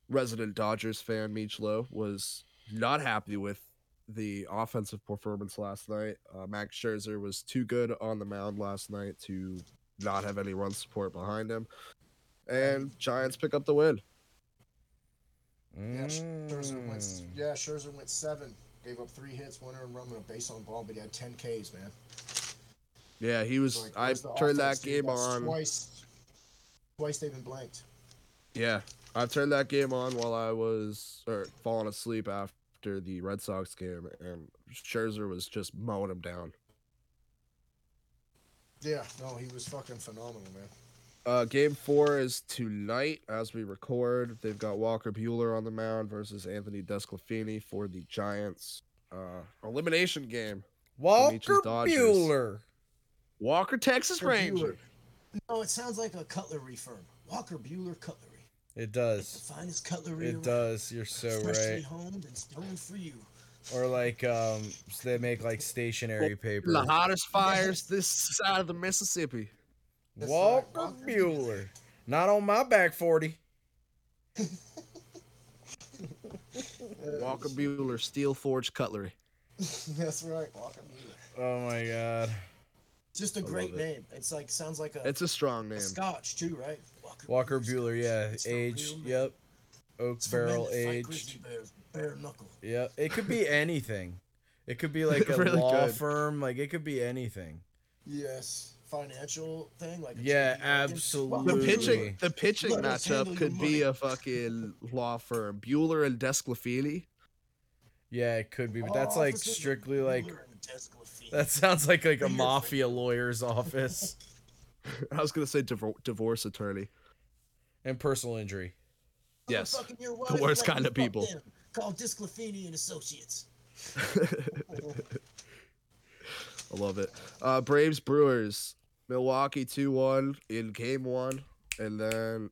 Speaker 2: Resident Dodgers fan Meech Low was not happy with the offensive performance last night. Uh, Max Scherzer was too good on the mound last night to not have any run support behind him. And Giants pick up the win.
Speaker 3: Yeah, Scherzer went.
Speaker 1: Mm.
Speaker 3: Yeah, Scherzer went seven. Gave up three hits, one earned run, and a base on ball, but he had ten Ks, man.
Speaker 2: Yeah, he
Speaker 3: So,
Speaker 2: was.
Speaker 3: like,
Speaker 2: I
Speaker 3: where's the
Speaker 2: turned
Speaker 3: offense,
Speaker 2: that
Speaker 3: dude?
Speaker 2: game
Speaker 3: That's
Speaker 2: on.
Speaker 3: twice. Twice they've been blanked.
Speaker 2: Yeah, I've turned that game on while I was or falling asleep after the Red Sox game, and Scherzer was just mowing him down.
Speaker 3: Yeah, no, he was fucking phenomenal, man.
Speaker 2: Uh, game four is tonight as we record. They've got Walker Bueller on the mound versus Anthony Desclafini for the Giants. Uh, elimination game.
Speaker 1: Walker
Speaker 2: Dodgers.
Speaker 1: Bueller.
Speaker 2: Walker, Texas
Speaker 3: Walker
Speaker 2: Ranger.
Speaker 3: Bueller. No, it sounds like a cutlery firm. Walker Bueller Cutlery.
Speaker 1: It
Speaker 3: The
Speaker 1: does.
Speaker 3: finest cutlery.
Speaker 1: It
Speaker 3: around.
Speaker 1: does. You're so
Speaker 3: Freshly
Speaker 1: right.
Speaker 3: homed and stolen for you.
Speaker 1: Or like um, they make like stationary
Speaker 2: The
Speaker 1: paper.
Speaker 2: hottest fires this side of the Mississippi.
Speaker 3: That's
Speaker 1: Walker
Speaker 3: right, Walker
Speaker 1: Bueller. Not on my back forty.
Speaker 2: Walker Bueller, steel forged cutlery.
Speaker 3: That's right, Walker Bueller.
Speaker 1: Oh my god.
Speaker 3: Just a
Speaker 2: love
Speaker 3: great
Speaker 2: it.
Speaker 3: name. It's like sounds like a,
Speaker 2: It's a strong
Speaker 3: a
Speaker 2: name.
Speaker 3: Scotch too, right?
Speaker 1: Walker Bueller. Yeah.
Speaker 3: It's the
Speaker 1: Age.
Speaker 3: real name.
Speaker 1: Yep. Oak
Speaker 3: It's
Speaker 1: barrel
Speaker 3: fermented like grizzly
Speaker 1: aged.
Speaker 3: bears, bare knuckle.
Speaker 1: Yep. It could be anything. It could be like a
Speaker 2: Really
Speaker 1: law
Speaker 2: good.
Speaker 1: firm. Like it could be anything.
Speaker 3: Yes, financial thing like. a
Speaker 1: Yeah,
Speaker 3: JP Morgan.
Speaker 1: absolutely.
Speaker 2: The
Speaker 3: Walker
Speaker 2: pitching,
Speaker 1: Absolutely.
Speaker 2: the pitching
Speaker 3: Let us handle
Speaker 2: matchup
Speaker 3: your
Speaker 2: could be
Speaker 3: money.
Speaker 2: a fucking law firm. Bueller and Desclafini.
Speaker 1: Yeah, it could be.
Speaker 3: Bueller,
Speaker 1: But
Speaker 2: Oh,
Speaker 1: that's like
Speaker 3: offices of
Speaker 1: strictly like.
Speaker 3: Bueller and Desclafini.
Speaker 1: That sounds like like a
Speaker 3: Weird.
Speaker 1: mafia lawyer's office
Speaker 2: I was gonna say divor- divorce attorney.
Speaker 1: and personal injury.
Speaker 2: Yes.
Speaker 3: Fucking your wife,
Speaker 2: worst
Speaker 3: like,
Speaker 2: kind of
Speaker 3: fuck
Speaker 2: people.
Speaker 3: them. Call Disclafini and Associates.
Speaker 2: I love it. Uh, Braves Brewers, Milwaukee two one in game one, and then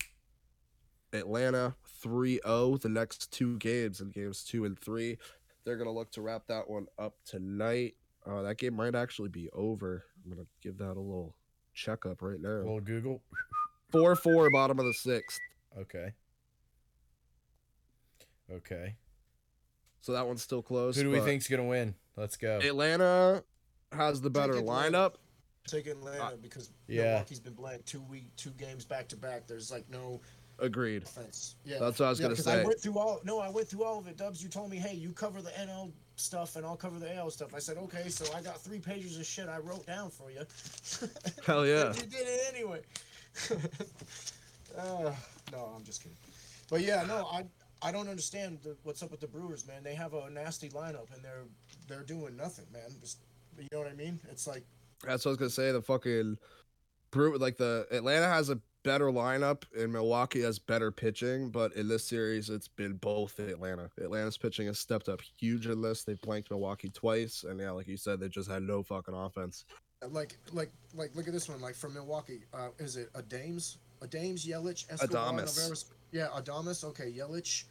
Speaker 2: Atlanta 3-0 the next two games in games two and three. They're gonna look to wrap that one up tonight. Uh, that game might actually be over. I'm gonna give that a little checkup right now.
Speaker 1: Well, Google.
Speaker 2: Four four bottom of the sixth.
Speaker 1: Okay. Okay.
Speaker 2: So that one's still close.
Speaker 1: Who do we
Speaker 2: but
Speaker 1: think's gonna win? Let's go.
Speaker 2: Atlanta has the better
Speaker 3: Take Atlanta.
Speaker 2: lineup.
Speaker 3: Take Atlanta
Speaker 2: Uh,
Speaker 3: because
Speaker 1: yeah.
Speaker 3: Milwaukee's been blanked two week, two games back to back. There's like no
Speaker 2: Agreed.
Speaker 3: offense. Yeah,
Speaker 2: That's what I was
Speaker 3: Yeah,
Speaker 2: gonna
Speaker 3: 'cause
Speaker 2: say.
Speaker 3: I went through all. No, I went through all of it. Dubs, you told me, hey, you cover the NL stuff and I'll cover the AL stuff. I said, okay, so I got three pages of shit I wrote down for you.
Speaker 2: Hell yeah.
Speaker 3: And you did it anyway. uh, no, I'm just kidding. But yeah, no, I I don't understand the, what's up with the Brewers, man. They have a nasty lineup and they're they're doing nothing, man. Just, you know what I mean? It's like
Speaker 2: That's what I was gonna say. The fucking brew like the Atlanta has a better lineup and Milwaukee has better pitching, but in this series it's been both Atlanta. Atlanta's pitching has stepped up huge in this. They blanked Milwaukee twice, and yeah, like you said, they just had no fucking offense.
Speaker 3: like like like look at this one like from Milwaukee. Uh, is it Adames? Adames, Yelich, Escobar,
Speaker 2: Adames.
Speaker 3: Narvaez. Yeah, Adamas. Okay, Yelich,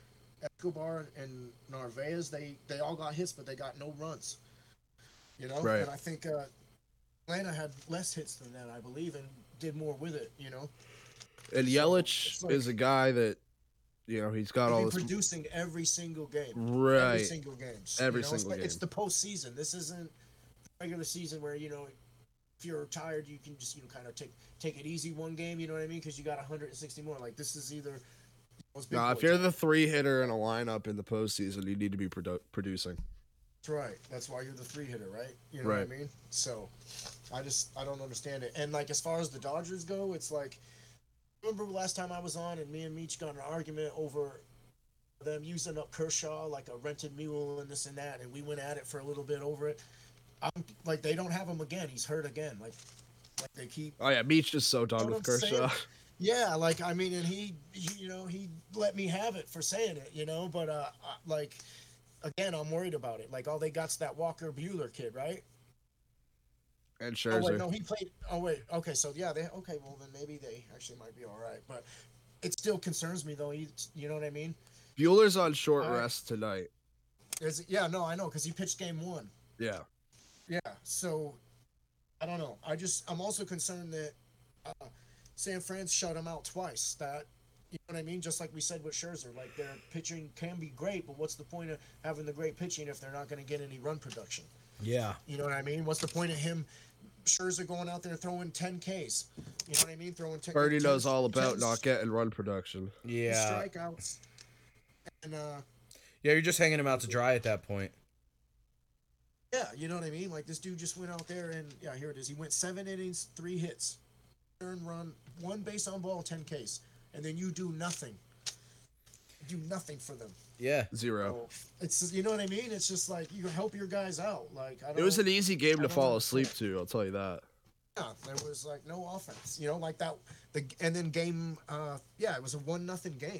Speaker 3: Escobar, and Narvaez. They they all got hits, but they got no runs. You know,
Speaker 2: Right.
Speaker 3: and I think uh, Atlanta had less hits than that, I believe, and did more with it. You know,
Speaker 2: And
Speaker 3: So,
Speaker 2: Yelich
Speaker 3: it's like-
Speaker 2: is a guy that you know he's got
Speaker 3: They've
Speaker 2: all
Speaker 3: been
Speaker 2: this
Speaker 3: producing every single game. Every
Speaker 2: right.
Speaker 3: single game.
Speaker 2: Every
Speaker 3: you know, it's
Speaker 2: single
Speaker 3: like- It's
Speaker 2: game.
Speaker 3: the postseason. This isn't regular season where you know if you're tired you can just you know kind of take take it easy one game. You know what I mean? Because you got 160 more. Like this is either. Well, it's big
Speaker 2: Nah, if
Speaker 3: boy
Speaker 2: you're
Speaker 3: time.
Speaker 2: the three hitter in a lineup in the postseason, you need to be produ- producing.
Speaker 3: That's right. That's why you're the three hitter, right? You know
Speaker 2: Right.
Speaker 3: what I mean? So, I just I don't understand it. And like as far as the Dodgers go, it's like remember last time I was on and me and Meach got in an argument over them using up Kershaw like a rented mule and this and that, and we went at it for a little bit over it. I'm like they don't have him again. He's hurt again. Like like they keep
Speaker 2: Oh yeah, Meach is so done with
Speaker 3: That's what I'm saying.
Speaker 2: Kershaw.
Speaker 3: yeah, like I mean, and he, he- you know, he let me have it for saying it, you know. But uh, I- like, again, I'm worried about it. Like, all they got's that Walker Bueller kid, right?
Speaker 2: And
Speaker 3: Oh wait,
Speaker 2: Scherzer.
Speaker 3: no, he played. Oh wait, okay, so yeah, they okay. Well, then maybe they actually might be all right, but it still concerns me though. You, you know what I mean?
Speaker 2: Bueller's on short
Speaker 3: All right.
Speaker 2: rest tonight.
Speaker 3: Is it- yeah, no, I know, because he pitched game one.
Speaker 2: Yeah.
Speaker 3: Yeah, so I don't know. I just I'm also concerned that uh, San Fran's shut him out twice. That you know what I mean? Just like we said with Scherzer, like their pitching can be great, but what's the point of having the great pitching if they're not going to get any run production?
Speaker 1: Yeah.
Speaker 3: You know what I mean? What's the point of him? Scherzer going out there throwing 10 Ks. You know what I mean? Throwing 10.
Speaker 2: Birdie
Speaker 3: 10
Speaker 2: knows all about
Speaker 3: 10
Speaker 2: not getting run production.
Speaker 1: Yeah.
Speaker 3: strikeouts. And uh,
Speaker 1: Yeah, you're just hanging him out to dry at that point.
Speaker 3: Yeah, you know what I mean. Like this dude just went out there and yeah, here it is. He went seven innings, three hits, earned run, one base on ball, ten Ks, and then you do nothing. Do nothing for them.
Speaker 1: Yeah.
Speaker 2: Zero.
Speaker 3: So it's you know what I mean. It's just like you help your guys out. Like I don't.
Speaker 2: It was an easy game
Speaker 3: Oh, I
Speaker 2: to
Speaker 3: don't
Speaker 2: fall
Speaker 3: know.
Speaker 2: asleep to, I'll tell you that.
Speaker 3: yeah, there was like no offense. You know, like that. The and then game. Uh, yeah, it was a one nothing game.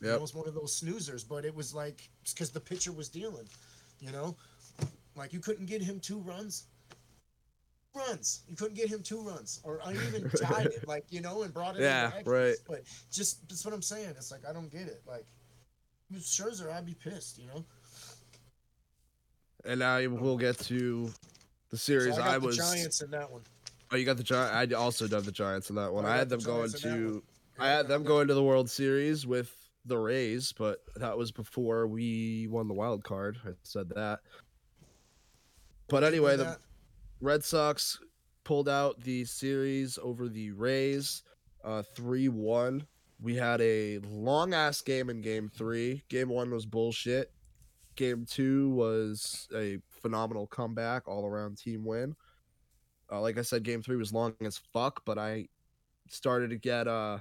Speaker 3: You know,
Speaker 2: Yep.
Speaker 3: It was one of those snoozers, but it was like because the pitcher was dealing, you know, like you couldn't get him two runs. Runs, you couldn't get him two runs, or I even tied it, like you know, and brought it.
Speaker 2: Yeah,
Speaker 3: into extras,
Speaker 2: right.
Speaker 3: But just that's what I'm saying. It's like I don't get it. Like if it's Scherzer, I'd be pissed, you know.
Speaker 2: And now we'll get to the series
Speaker 3: Oh. So I, got
Speaker 2: I,
Speaker 3: the
Speaker 2: was.
Speaker 3: Giants in that one.
Speaker 2: Oh, you got the Giants. I also done the Giants in that one.
Speaker 3: I
Speaker 2: I, had them
Speaker 3: got the
Speaker 2: going
Speaker 3: Giants in that
Speaker 2: to.
Speaker 3: one.
Speaker 2: I
Speaker 3: Yeah,
Speaker 2: had
Speaker 3: I
Speaker 2: them
Speaker 3: got-
Speaker 2: going to the World Series with the Rays, but that was before we won the wild card. I said that. But anyway, the
Speaker 3: That-
Speaker 2: Red Sox pulled out the series over the Rays, uh, three one. We had a long ass game in Game Three. Game One was bullshit. Game Two was a phenomenal comeback, all around team win. Uh, like I said, Game Three was long as fuck, but I started to get uh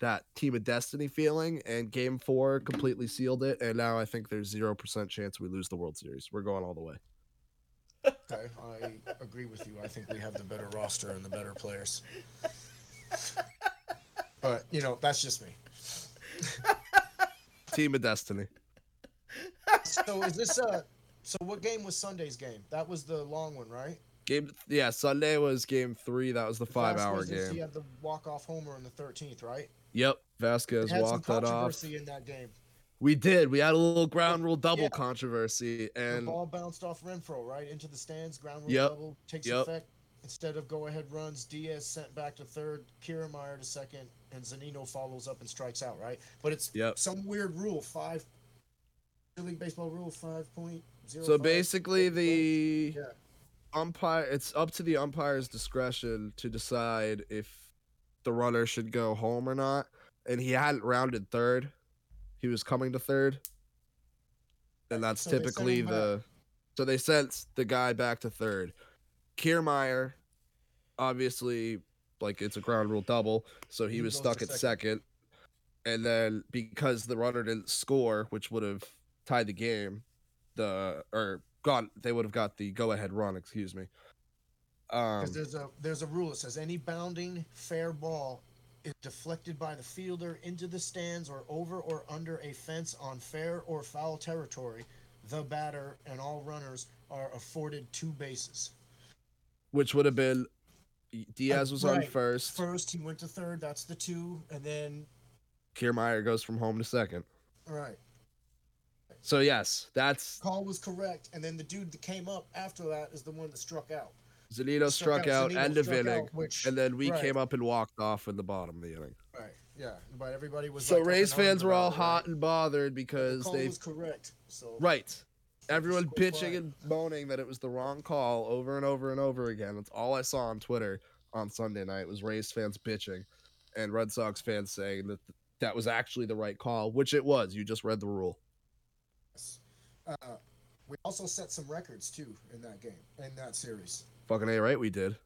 Speaker 2: that team of destiny feeling, and Game Four completely sealed it. And now I think there's zero percent chance we lose the World Series. We're going all the way.
Speaker 3: Okay, I agree with you. I think we have the better roster and the better players. But you know, that's just me.
Speaker 2: Team of destiny.
Speaker 3: so is this uh so what game was Sunday's game? That was the long one, right?
Speaker 2: Game yeah, Sunday was game three. That was the five
Speaker 3: Last
Speaker 2: hour
Speaker 3: was this-
Speaker 2: game.
Speaker 3: You had the walk off homer on the thirteenth, right?
Speaker 2: Yep.
Speaker 3: It
Speaker 2: Vasquez
Speaker 3: had some
Speaker 2: walked that off.
Speaker 3: controversy in that game.
Speaker 2: We did. We had a little ground rule double
Speaker 3: Yeah.
Speaker 2: controversy and
Speaker 3: the ball bounced off Renfro, right? Into the stands, ground rule
Speaker 2: Yep.
Speaker 3: double, takes
Speaker 2: Yep.
Speaker 3: effect. Instead of go ahead runs, Diaz sent back to third, Kiermaier to second, and Zanino follows up and strikes out, right? But it's
Speaker 2: Yep.
Speaker 3: some weird rule, five Major League Baseball rule five point zero.
Speaker 2: so basically the
Speaker 3: Yeah.
Speaker 2: umpire it's up to the umpire's discretion to decide if the runner should go home or not. And he hadn't rounded third. He was coming to third. And that's
Speaker 3: So they sent
Speaker 2: typically
Speaker 3: him
Speaker 2: the so they sent the guy back to third. Kiermeyer, obviously, like it's a ground rule double, so he
Speaker 3: He
Speaker 2: was
Speaker 3: goes
Speaker 2: stuck
Speaker 3: to
Speaker 2: at
Speaker 3: second.
Speaker 2: second. And then because the runner didn't score, which would have tied the game, the or gone, they would have got the go ahead run. Excuse me. Um,
Speaker 3: Because there's a there's a rule that says any bounding fair ball is deflected by the fielder into the stands or over or under a fence on fair or foul territory. The batter and all runners are afforded two bases.
Speaker 2: which would have been E, Diaz was on
Speaker 3: right.
Speaker 2: first.
Speaker 3: First, he went to third. That's the two, and then
Speaker 2: Kiermeyer goes from home to second.
Speaker 3: all right,
Speaker 2: So yes, that's
Speaker 3: call was correct. And then the dude that came up after that is the one that struck out.
Speaker 2: Zanino
Speaker 3: Struck
Speaker 2: struck,
Speaker 3: out,
Speaker 2: out,
Speaker 3: Zunino
Speaker 2: end of
Speaker 3: struck out,
Speaker 2: inning,
Speaker 3: which-
Speaker 2: and then we
Speaker 3: right.
Speaker 2: came up and walked off in the bottom of the inning.
Speaker 3: Right. Yeah. But everybody was
Speaker 2: So
Speaker 3: like, up
Speaker 2: Rays
Speaker 3: in arms
Speaker 2: fans were all
Speaker 3: about it, right?
Speaker 2: hot and bothered
Speaker 3: But the
Speaker 2: because
Speaker 3: call
Speaker 2: they
Speaker 3: was correct. So
Speaker 2: right. Everyone
Speaker 3: Squid
Speaker 2: bitching
Speaker 3: flag.
Speaker 2: and moaning that it was the wrong call over and over and over again. That's all I saw on Twitter on Sunday night was Rays fans bitching and Red Sox fans saying that that was actually the right call, which it was. You just read the rule.
Speaker 3: Uh, we also set some records too in that game in that series.
Speaker 2: Fucking a right, we did.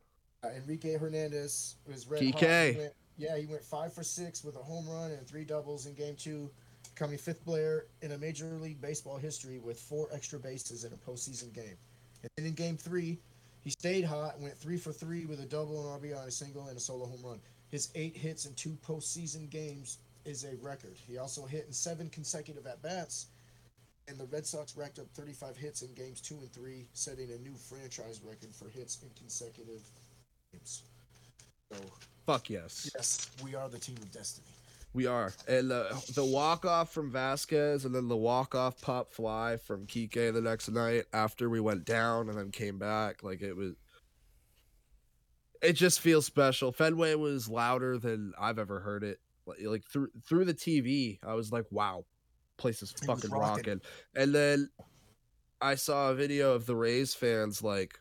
Speaker 3: Uh, Enrique Hernandez was red hot.
Speaker 2: PK.
Speaker 3: He went- yeah, he went five for six with a home run and three doubles in game two, becoming fifth player in a Major League Baseball history with four extra bases in a postseason game. And then in game three, he stayed hot and went three for three with a double and RBI, a single, and a solo home run. His eight hits in two postseason games is a record. He also hit in seven consecutive at bats, and the Red Sox racked up 35 hits in games two and three, setting a new franchise record for hits in consecutive games. So,
Speaker 2: Fuck yes.
Speaker 3: yes, we are the team of destiny.
Speaker 2: We are. And uh, the walk off from Vasquez and then the walk off pop fly from Kike the next night after we went down and then came back. Like it was. It just feels special. Fenway was louder than I've ever heard it. Like, like through through the TV, I was like, "Wow, place is
Speaker 3: was
Speaker 2: fucking
Speaker 3: rocking.
Speaker 2: rocking." And then I saw a video of the Rays fans like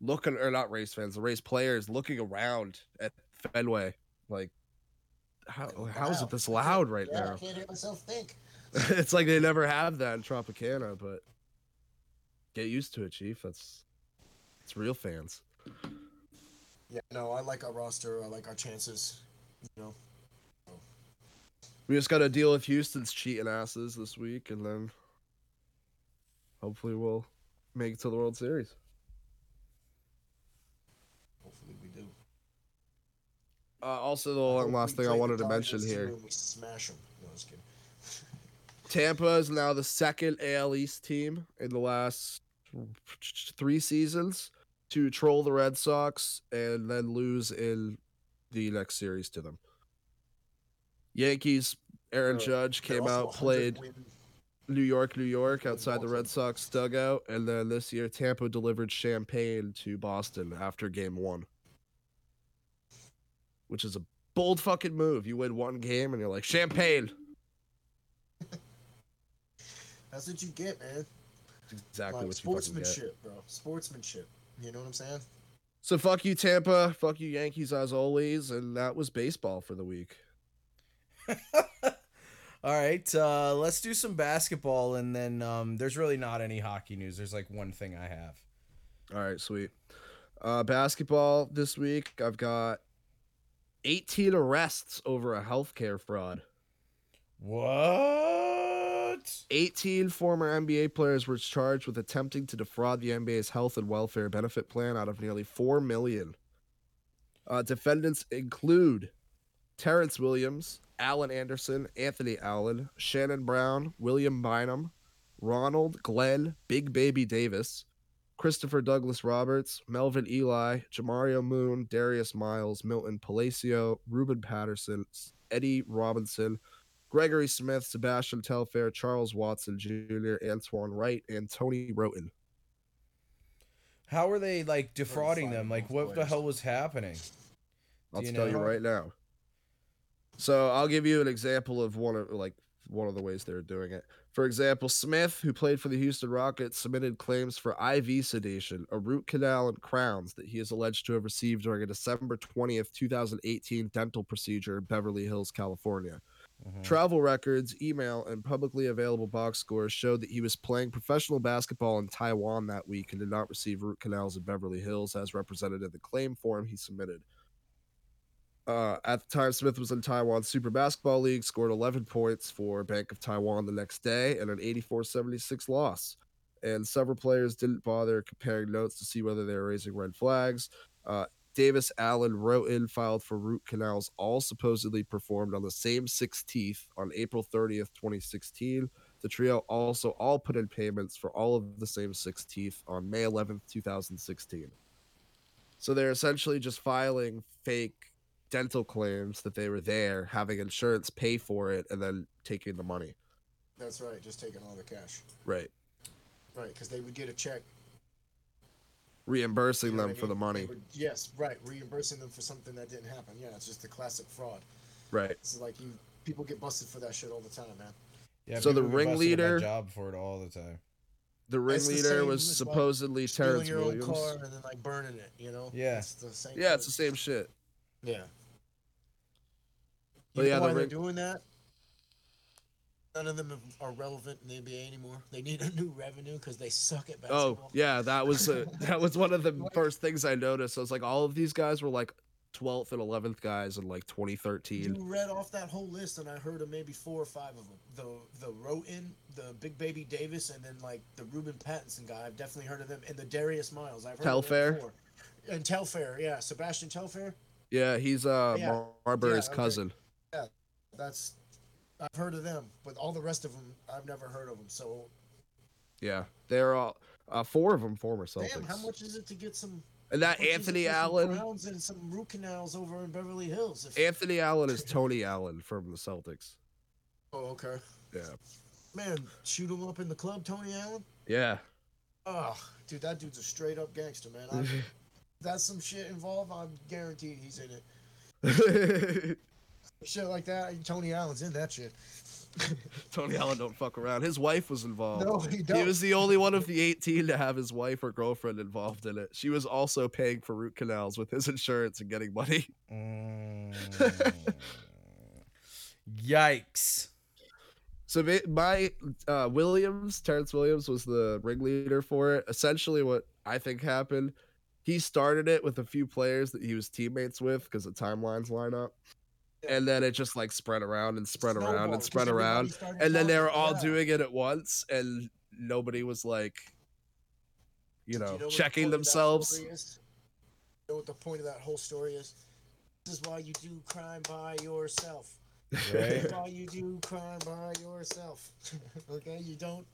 Speaker 2: looking, or not Rays fans, the Rays players looking around at Fenway, like, how
Speaker 3: Oh,
Speaker 2: how is
Speaker 3: wow.
Speaker 2: it this loud right
Speaker 3: yeah, I
Speaker 2: now?
Speaker 3: can't hear myself think.
Speaker 2: it's like they never have that in Tropicana, but get used to it, Chief. That's it's real fans.
Speaker 3: Yeah, no, I like our roster. I like our chances. You know,
Speaker 2: We just got to deal with Houston's cheating asses this week, and then hopefully we'll make it to the World Series.
Speaker 3: hopefully we do.
Speaker 2: Uh, also, the one last
Speaker 3: We
Speaker 2: thing I
Speaker 3: play
Speaker 2: wanted
Speaker 3: the
Speaker 2: to mention
Speaker 3: Dodgers
Speaker 2: here.
Speaker 3: too, and we smash 'em. No, I'm just kidding.
Speaker 2: Tampa is now the second AL East team in the last three seasons to troll the Red Sox and then lose in the next series to them. Yankees, Aaron
Speaker 3: Uh,
Speaker 2: Judge
Speaker 3: They're
Speaker 2: came
Speaker 3: also
Speaker 2: out,
Speaker 3: 100
Speaker 2: played
Speaker 3: win-
Speaker 2: New York, New York outside the
Speaker 3: Boston.
Speaker 2: Red Sox dugout, and then this year Tampa delivered champagne to Boston after game one, which is a bold fucking move. You win one game and you're like, champagne.
Speaker 3: That's what you get, man.
Speaker 2: It's exactly
Speaker 3: Like
Speaker 2: what you fucking get.
Speaker 3: sportsmanship, bro. Sportsmanship. You know what I'm saying?
Speaker 2: So fuck you, Tampa. Fuck you, Yankees, as always. And that was baseball for the week.
Speaker 1: All right, uh, let's do some basketball, and then um, there's really not any hockey news. There's like one thing I have.
Speaker 2: All right, sweet. Uh, basketball this week. I've got 18 arrests over a healthcare fraud.
Speaker 1: What?
Speaker 2: 18 former NBA players were charged with attempting to defraud the NBA's health and welfare benefit plan out of nearly 4 million. Uh, defendants include Terrence Williams, Allen Anderson, Anthony Allen, Shannon Brown, William Bynum, Ronald Glenn, Big Baby Davis, Christopher Douglas Roberts, Melvin Eli, Jamario Moon, Darius Miles, Milton Palacio, Ruben Patterson, Eddie Robinson, Gregory Smith, Sebastian Telfair, Charles Watson Jr., Antoine Wright, and Tony Roten.
Speaker 1: How are they like defrauding
Speaker 3: five
Speaker 1: them? Like,
Speaker 3: golf
Speaker 1: what the
Speaker 3: players.
Speaker 1: hell was happening?
Speaker 2: I'll
Speaker 1: Do you
Speaker 2: tell you
Speaker 1: know-
Speaker 2: right now. So I'll give you an example of one of like one of the ways they're doing it. For example, Smith, who played for the Houston Rockets, submitted claims for IV sedation, a root canal, and crowns that he is alleged to have received during a December 20th, 2018 dental procedure in Beverly Hills, California.
Speaker 1: Mhm.
Speaker 2: Travel records, email, and publicly available box scores showed that he was playing professional basketball in Taiwan that week and did not receive root canals in Beverly Hills as represented in the claim form he submitted. Uh, at the time, Smith was in Taiwan Super Basketball League, scored 11 points for Bank of Taiwan the next day in an 84 76 loss. And several players didn't bother comparing notes to see whether they were raising red flags. Uh, Davis Allen Roten filed for root canals, all supposedly performed on the same six teeth on April 30th, 2016. The trio also all put in payments for all of the same six teeth on May 11th, 2016. So they're essentially just filing fake dental claims that they were there, having insurance pay for it, and then taking the money.
Speaker 3: That's right. Just taking all the cash.
Speaker 2: Right.
Speaker 3: Right, because they would get a check.
Speaker 2: Reimbursing
Speaker 3: you know
Speaker 2: them
Speaker 3: what I
Speaker 2: for the
Speaker 3: mean? They
Speaker 2: money.
Speaker 3: would- yes, right. Reimbursing them for something that didn't happen. Yeah, it's just the classic fraud.
Speaker 2: Right.
Speaker 3: It's like you people get busted for that shit all the time, man.
Speaker 1: Yeah,
Speaker 2: so the
Speaker 1: people get busted at my
Speaker 2: ringleader-
Speaker 1: job for it all the time.
Speaker 2: The
Speaker 3: It's the
Speaker 2: ringleader
Speaker 3: same
Speaker 2: was
Speaker 3: as, like,
Speaker 2: supposedly
Speaker 3: Stealing
Speaker 2: Terrence
Speaker 3: your own
Speaker 2: Williams.
Speaker 3: car and then like burning it. You know.
Speaker 1: Yeah.
Speaker 3: It's the same.
Speaker 2: Yeah, it's the
Speaker 3: thing.
Speaker 2: same shit.
Speaker 3: Yeah.
Speaker 2: But
Speaker 3: You
Speaker 2: yeah,
Speaker 3: know
Speaker 2: the
Speaker 3: why they're
Speaker 2: ring-
Speaker 3: doing that? None of them have- are relevant in the NBA anymore. They need a new revenue because they suck at
Speaker 2: Oh
Speaker 3: basketball.
Speaker 2: yeah, that was uh that was one of the
Speaker 3: Like-
Speaker 2: first things I noticed. I was like, all of these guys were like 12th and 11th guys in like 2013.
Speaker 3: You read off that whole list, and I heard of maybe four or five of them. The the Roten, the Big Baby Davis, and then like the Ruben Pattinson guy. I've definitely heard of them, and the Darius Miles. I've heard
Speaker 2: Telfair?
Speaker 3: of them before. And Telfair, yeah, Sebastian Telfair.
Speaker 2: Yeah, he's uh
Speaker 3: Oh, Yeah.
Speaker 2: Mar- Marbury's
Speaker 3: Yeah, okay.
Speaker 2: cousin.
Speaker 3: That's I've heard of them, but all the rest of them I've never heard of them. So
Speaker 2: Yeah, they're all uh, four of them former Celtics.
Speaker 3: damn, how much is it to get some
Speaker 2: And that
Speaker 3: Which is
Speaker 2: Anthony
Speaker 3: just some
Speaker 2: Allen,
Speaker 3: Browns and some root canals over in Beverly Hills. If,
Speaker 2: Anthony Allen is Tony Allen from the Celtics.
Speaker 3: oh, okay.
Speaker 2: Yeah.
Speaker 3: Man, shoot him up in the club, Tony Allen.
Speaker 2: Yeah.
Speaker 3: Oh, dude, that dude's a straight up gangster, man. I, that's some shit involved. I'm guaranteed he's in it. Shit like that. Tony Allen's in that shit.
Speaker 2: Tony Allen don't fuck around. His wife was involved.
Speaker 3: No, he
Speaker 2: Oh. He
Speaker 3: don't.
Speaker 2: was the only one of the 18 to have his wife or girlfriend involved in it. She was also paying for root canals with his insurance and getting money.
Speaker 1: Mm. Yikes.
Speaker 2: So ma- my uh, Williams, Terrence Williams, was the ringleader for it. Essentially, what I think happened, he started it with a few players that he was teammates with because the timelines line up,
Speaker 3: Yeah.
Speaker 2: and then it just like spread around and spread around
Speaker 3: Snowball,
Speaker 2: and
Speaker 3: 'cause
Speaker 2: spread
Speaker 3: everybody
Speaker 2: around,
Speaker 3: started
Speaker 2: and then they
Speaker 3: talking,
Speaker 2: were all
Speaker 3: yeah.
Speaker 2: doing it at once, and nobody was like, you
Speaker 3: Do
Speaker 2: know,
Speaker 3: what the
Speaker 2: checking
Speaker 3: point of that
Speaker 2: themselves.
Speaker 3: story is? You know what the point of that whole story is? This is why you do crime by yourself. This
Speaker 1: Right?
Speaker 3: is why you do crime by yourself. okay, you don't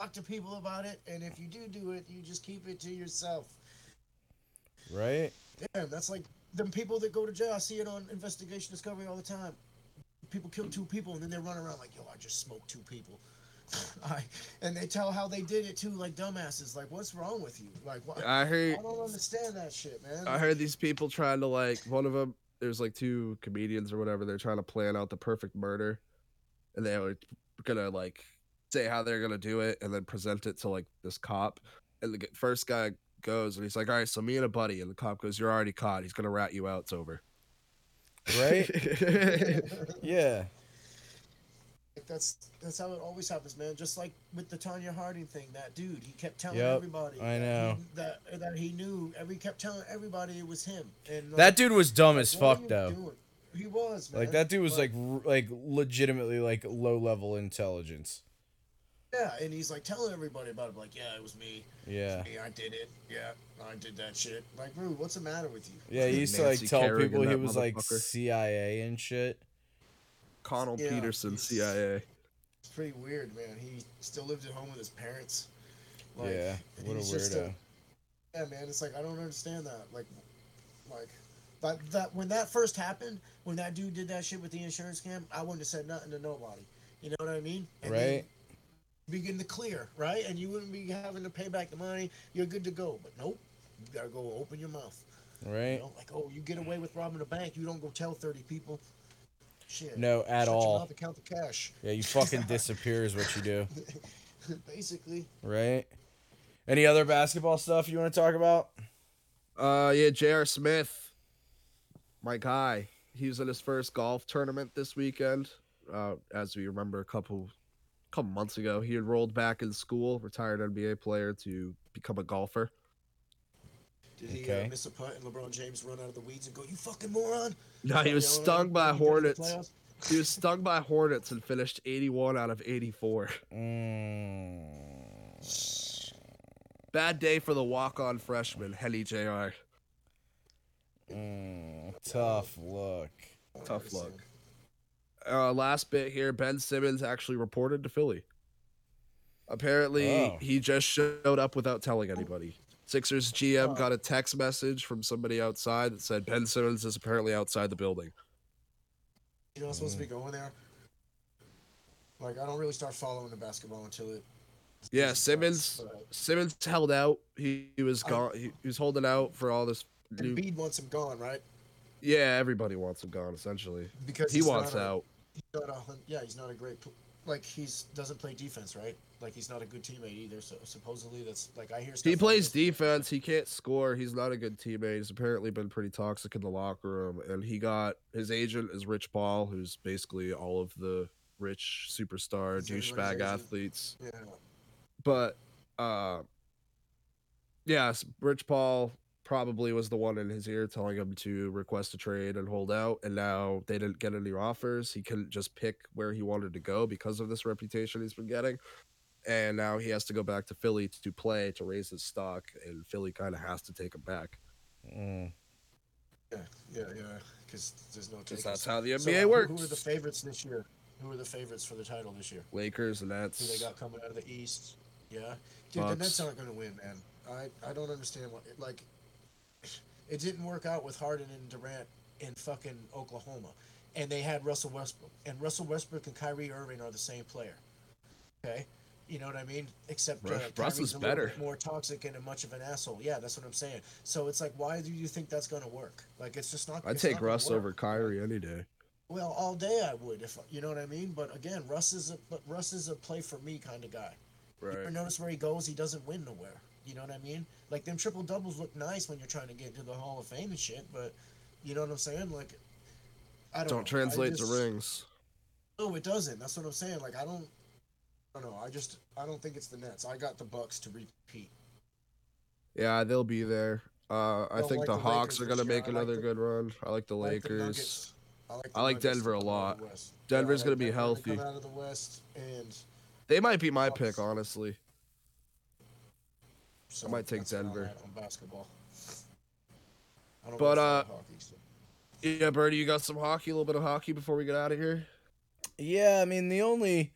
Speaker 3: talk to people about it, and if you do do it, you just keep it to yourself.
Speaker 1: right?
Speaker 3: Damn, that's like them people that go to jail. I see it on Investigation Discovery all the time. People kill two people and then they run around like, "Yo, I just smoked two people." I, and they tell how they did it too, like dumbasses. Like, what's wrong with you? Like, why?
Speaker 2: I heard.
Speaker 3: I don't understand that shit, man.
Speaker 2: I heard these people trying to like one of them. There's like two comedians or whatever. They're trying to plan out the perfect murder, and they were gonna like say how they're gonna do it, and then present it to like this cop. And the g- first guy goes, and he's like, "All right, so me and a buddy." And the cop goes, "You're already caught. He's gonna rat you out. It's over."
Speaker 1: Right? yeah.
Speaker 3: Like, that's that's how it always happens, man. Just like with the Tanya Harding thing, that dude, he kept telling
Speaker 1: Yep,
Speaker 3: everybody.
Speaker 1: I
Speaker 3: that he-
Speaker 1: know.
Speaker 3: that that he knew. Every kept telling everybody it was him. And like,
Speaker 1: That dude was dumb as
Speaker 3: what are
Speaker 1: fuck
Speaker 3: you
Speaker 1: though.
Speaker 3: doing? He was man.
Speaker 1: Like that dude was
Speaker 3: But-
Speaker 1: like r- like legitimately like low level intelligence.
Speaker 3: Yeah, and he's like telling everybody about it. Like, yeah, it was me.
Speaker 1: Yeah.
Speaker 3: Yeah, I did it. Yeah, I did that shit. Like, dude, what's the matter with you?
Speaker 1: Yeah, he used to like
Speaker 2: Nancy
Speaker 1: tell
Speaker 2: Kerrigan,
Speaker 1: people he
Speaker 2: that
Speaker 1: was like
Speaker 2: motherfucker.
Speaker 1: CIA and shit.
Speaker 2: Connell
Speaker 3: Yeah.
Speaker 2: Peterson, CIA.
Speaker 3: It's pretty weird, man. He still lived at home with his parents.
Speaker 1: yeah.
Speaker 3: and
Speaker 1: What a
Speaker 3: he's just
Speaker 1: weirdo.
Speaker 3: yeah, man. It's like I don't understand that. Like, like that that when that first happened, when that dude did that shit with the insurance scam, I wouldn't have said nothing to nobody. You know what I mean? And then
Speaker 1: right?
Speaker 3: you'd Be in the clear, right? And you wouldn't be having to pay back the money. You're good to go. But nope, you gotta go open your mouth.
Speaker 1: right?
Speaker 3: You know, like, oh, you get away with robbing a bank, you don't go tell 30 people. Shit.
Speaker 1: No, at
Speaker 3: Shut your
Speaker 1: all.
Speaker 3: mouth and count the cash,
Speaker 1: Yeah, you fucking disappear is what you do,
Speaker 3: basically.
Speaker 1: right? Any other basketball stuff you want to talk about?
Speaker 2: Uh, yeah, J.R. Smith, my guy. He was in his first golf tournament this weekend. Uh, as we remember, a couple, couple months ago, he enrolled back in school, retired NBA player to become a golfer.
Speaker 3: Did he
Speaker 1: Okay.
Speaker 3: uh, miss a putt and LeBron James run out of the weeds and go, you fucking moron?
Speaker 2: No, he was
Speaker 3: Start yelling at
Speaker 2: stung
Speaker 3: him
Speaker 2: by
Speaker 3: when he does the
Speaker 2: hornets.
Speaker 3: playoffs?
Speaker 2: He was stung by hornets and finished 81 out of 84.
Speaker 1: Mm.
Speaker 2: Bad day for the walk-on freshman, Henny Jr.
Speaker 1: Mm, tough look.
Speaker 2: Tough luck. uh, last bit here, Ben Simmons actually reported to Philly. Apparently,
Speaker 1: Oh.
Speaker 2: he just showed up without telling anybody. Sixers GM
Speaker 3: Oh.
Speaker 2: got a text message from somebody outside that said Ben Simmons is apparently outside the building.
Speaker 3: You're not supposed to be going there. Like, I don't really start following the basketball until it.
Speaker 2: Yeah,
Speaker 3: Jesus
Speaker 2: Simmons
Speaker 3: Christ, but-
Speaker 2: Simmons held out. He, he was
Speaker 3: I-
Speaker 2: gone. He, he was holding out for all this. New,
Speaker 3: And Bede wants him gone, right?
Speaker 2: yeah, everybody wants him gone essentially.
Speaker 3: Because
Speaker 2: He
Speaker 3: he's
Speaker 2: wants
Speaker 3: not a-
Speaker 2: out.
Speaker 3: he's not a hun- yeah he's not a great pl- like he's doesn't play defense right like he's not a good teammate either so supposedly that's like i hear stuff
Speaker 2: He
Speaker 3: like
Speaker 2: plays
Speaker 3: this.
Speaker 2: defense. He can't score. He's not a good teammate. He's apparently been pretty toxic in the locker room. And he got his agent is Rich Paul, who's basically all of the rich superstar
Speaker 3: He's everybody's
Speaker 2: douchebag
Speaker 3: agent.
Speaker 2: athletes.
Speaker 3: yeah
Speaker 2: But uh yes, Rich Paul probably was the one in his ear telling him to request a trade and hold out. And now they didn't get any offers. He couldn't just pick where he wanted to go because of this reputation he's been getting. And now he has to go back to Philly to play to raise his stock, and Philly kind of has to take him back
Speaker 1: Mm.
Speaker 3: yeah yeah yeah because there's no
Speaker 2: because
Speaker 3: takers.
Speaker 2: that's how the NBA
Speaker 3: So, uh, who-
Speaker 2: works.
Speaker 3: who are the favorites this year who are the favorites for the title this year
Speaker 2: Lakers and
Speaker 3: who they
Speaker 2: that's
Speaker 3: got coming out of the east yeah dude the
Speaker 2: Bucks.
Speaker 3: nets aren't gonna win man i i don't understand what like It didn't work out with Harden and Durant in fucking Oklahoma, and they had Russell Westbrook. And Russell Westbrook and Kyrie Irving are the same player. Okay, you know what I mean? Except uh,
Speaker 4: Russ-
Speaker 3: Kyrie's
Speaker 4: Russell's
Speaker 3: a little
Speaker 4: better.
Speaker 3: bit more toxic and a much of an asshole. Yeah, that's what I'm saying. So it's like, why do you think that's gonna work? Like, it's just not.
Speaker 2: I'd
Speaker 3: it's
Speaker 2: take
Speaker 3: not gonna
Speaker 2: Russ
Speaker 3: work.
Speaker 2: over Kyrie any day.
Speaker 3: Well, all day I would, if you know what I mean. But again, Russ is a but Russ is a play for me kind of guy. You ever notice where he goes, he doesn't win nowhere. You know what I mean? Like them triple doubles look nice when you're trying to get to the Hall of Fame and shit, but you know what I'm saying? Like, I don't. know. I
Speaker 2: Don't translate
Speaker 3: just-
Speaker 2: to rings.
Speaker 3: No, it doesn't. That's what I'm saying. Like, I don't. I don't know. I just I don't think it's the Nets. I got the Bucks to repeat.
Speaker 2: Yeah, they'll be there. Uh, I
Speaker 3: Don't
Speaker 2: think
Speaker 3: like
Speaker 2: the
Speaker 3: the
Speaker 2: Hawks
Speaker 3: Lakers
Speaker 2: are gonna
Speaker 3: this year.
Speaker 2: make
Speaker 3: I like
Speaker 2: another
Speaker 3: the-
Speaker 2: good run. I like the
Speaker 3: I like the
Speaker 2: Lakers.
Speaker 3: Nuggets. I like,
Speaker 2: I like
Speaker 3: Nuggets to
Speaker 2: Denver a
Speaker 3: come out of
Speaker 2: lot.
Speaker 3: the West. Yeah, I
Speaker 2: Denver's
Speaker 3: like
Speaker 2: gonna be
Speaker 3: Denver to
Speaker 2: healthy.
Speaker 3: Come out of the West, and
Speaker 2: They might be my
Speaker 3: Bucks.
Speaker 2: pick, honestly.
Speaker 3: so
Speaker 2: might take
Speaker 3: that's where I'm
Speaker 2: Denver.
Speaker 3: at on basketball. I don't
Speaker 2: But, uh,
Speaker 3: watch hockey, so-
Speaker 2: Yeah, Birdie, you got some hockey, a little bit of hockey before we get out of here.
Speaker 1: Yeah, I mean the only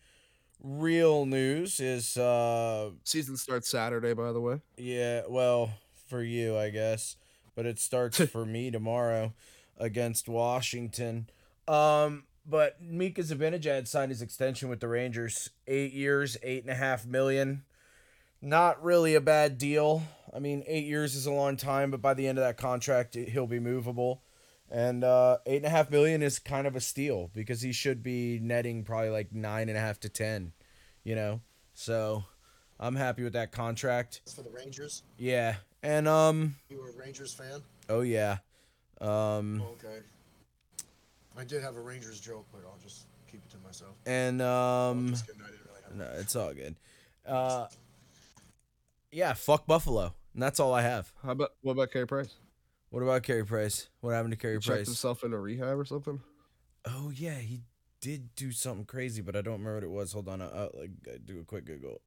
Speaker 1: real news is uh
Speaker 2: Season starts Saturday, by the way.
Speaker 1: yeah, well, for you I guess, but it starts for me tomorrow against Washington. Um but Mika Zibanejad signed his extension with the Rangers, eight years, eight and a half million. Not really a bad deal. I mean, eight years is a long time, but by the end of that contract, he'll be movable. And uh, eight and a half million is kind of a steal because he should be netting probably like nine and a half to ten, you know. So I'm happy with that contract.
Speaker 3: That's for the Rangers.
Speaker 1: Yeah, and um,
Speaker 3: You were a Rangers fan?
Speaker 1: oh yeah, um,
Speaker 3: Okay. I did have a Rangers joke, but I'll just keep it to myself.
Speaker 1: and
Speaker 3: I'm
Speaker 1: um,
Speaker 3: just kidding, I didn't really have
Speaker 1: no, it's all good. Uh, yeah, fuck Buffalo. And that's all I have.
Speaker 2: How about what about Carey Price?
Speaker 1: What about Carey Price? What happened to Carey
Speaker 2: Checked
Speaker 1: Price?
Speaker 2: himself into rehab or something.
Speaker 1: Oh yeah, he did do something crazy, but I don't remember what it was. Hold on, I- I'll, like uh, do a quick Google,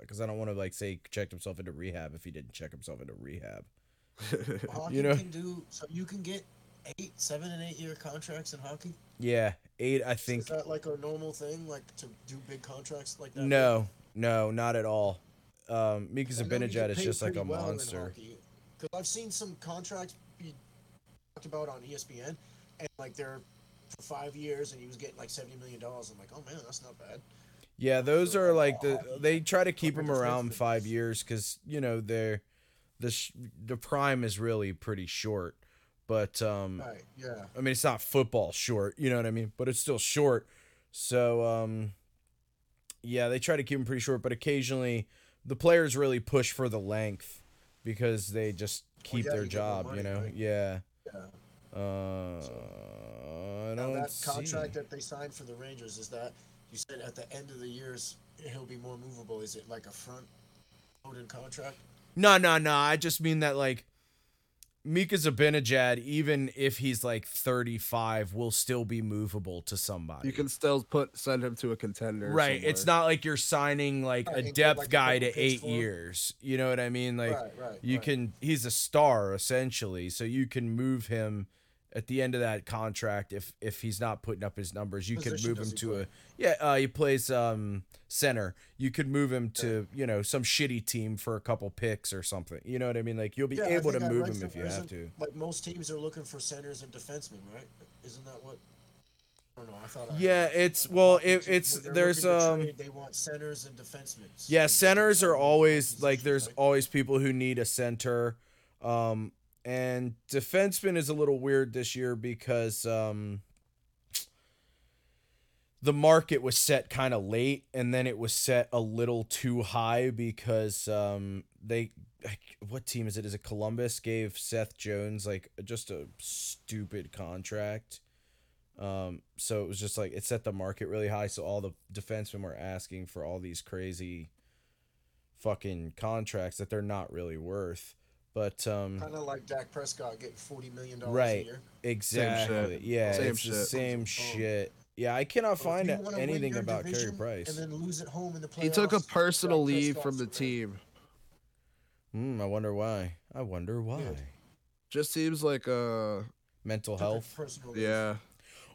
Speaker 1: because I don't want to like say checked himself into rehab if he didn't check himself into rehab.
Speaker 3: hockey
Speaker 1: you know-
Speaker 3: can do so. You can get eight, seven, and eight year contracts in hockey.
Speaker 1: Yeah, eight. I think
Speaker 3: Is that like a normal thing, like to do big contracts like that?
Speaker 1: no, no, not at all. Um, Mika
Speaker 3: I know you
Speaker 1: Zibanejad
Speaker 3: get
Speaker 1: is
Speaker 3: paid
Speaker 1: just like
Speaker 3: pretty
Speaker 1: a
Speaker 3: well in
Speaker 1: monster.
Speaker 3: hockey, 'cause I've seen some contracts be talked about on E ESPN, and like they're for five years, and he was getting like seventy million dollars. I'm like, oh man, that's not bad.
Speaker 1: Yeah, those are like the
Speaker 3: hockey.
Speaker 1: they try to keep
Speaker 3: Hockey
Speaker 1: him
Speaker 3: just
Speaker 1: around
Speaker 3: makes it-
Speaker 1: five years because you know they're the sh- the prime is really pretty short, but um,
Speaker 3: Right? Yeah.
Speaker 1: I mean, it's not football short, you know what I mean? But it's still short. So, um, yeah, they try to keep them pretty short, but occasionally the players really push for the length because they just keep
Speaker 3: yeah,
Speaker 1: their
Speaker 3: you get more
Speaker 1: job,
Speaker 3: money,
Speaker 1: you know?
Speaker 3: right?
Speaker 1: Yeah.
Speaker 3: Yeah.
Speaker 1: Uh, I
Speaker 3: Now
Speaker 1: don't
Speaker 3: that contract
Speaker 1: see.
Speaker 3: that they signed for the Rangers is that you said at the end of the years he'll be more movable. Is it like a front loaded contract?
Speaker 1: No, no, no. I just mean that, like, Mika Zibanejad, even if he's like 35, will still be movable to somebody.
Speaker 2: you can still put send him to a contender.
Speaker 1: right it's
Speaker 2: somewhere.
Speaker 1: not like you're signing like
Speaker 3: Right,
Speaker 1: a
Speaker 3: and get,
Speaker 1: depth
Speaker 3: like, a
Speaker 1: guy
Speaker 3: couple
Speaker 1: to
Speaker 3: picks
Speaker 1: eight
Speaker 3: for him.
Speaker 1: years you know what i mean like
Speaker 3: right, right.
Speaker 1: you
Speaker 3: right.
Speaker 1: can he's a star essentially so you can move him at the end of that contract if if he's not putting up his numbers you could
Speaker 3: Position
Speaker 1: move
Speaker 3: does
Speaker 1: him
Speaker 3: he
Speaker 1: to
Speaker 3: play?
Speaker 1: a yeah uh, he plays um center you could move him to you know some shitty team for a couple picks or something you know what i mean like you'll be
Speaker 3: Yeah, I
Speaker 1: able to
Speaker 3: think I
Speaker 1: move
Speaker 3: read
Speaker 1: him if you
Speaker 3: somewhere,
Speaker 1: have
Speaker 3: isn't-
Speaker 1: to
Speaker 3: Like most teams are looking for centers and defensemen, right? Isn't that what? I don't know. I thought. uh, I heard
Speaker 1: yeah
Speaker 3: that.
Speaker 1: it's well
Speaker 3: When
Speaker 1: it, it's
Speaker 3: they're
Speaker 1: there's
Speaker 3: looking to
Speaker 1: um
Speaker 3: trade, they want centers and defensemen.
Speaker 1: Yeah, centers are always like there's always people who need a center. Um and defenseman is a little weird this year because um the market was set kind of late and then it was set a little too high because um they like, what team is it is it Columbus gave Seth Jones like just a stupid contract. Um, so it was just like it set the market really high. So all the defensemen were asking for all these crazy fucking contracts that they're not really worth. But um,
Speaker 3: kind of like Dak Prescott getting forty million dollars a
Speaker 1: Right.
Speaker 3: year.
Speaker 1: exactly, yeah,
Speaker 2: Same
Speaker 1: it's the
Speaker 2: shit.
Speaker 1: same
Speaker 3: Oh.
Speaker 1: shit. Yeah, I cannot
Speaker 3: So if
Speaker 1: find
Speaker 3: you
Speaker 1: out
Speaker 3: wanna win
Speaker 1: anything
Speaker 3: your
Speaker 1: about Carey
Speaker 3: division
Speaker 1: Price.
Speaker 3: And then lose at home in the playoffs.
Speaker 2: He took a personal
Speaker 3: Dak
Speaker 2: leave
Speaker 3: Prescott's
Speaker 2: from the
Speaker 3: great.
Speaker 2: team.
Speaker 1: Hmm, I wonder why. I wonder why.
Speaker 2: Just seems like uh
Speaker 1: Mental
Speaker 3: Took a
Speaker 1: health,
Speaker 3: personal leave.
Speaker 2: yeah.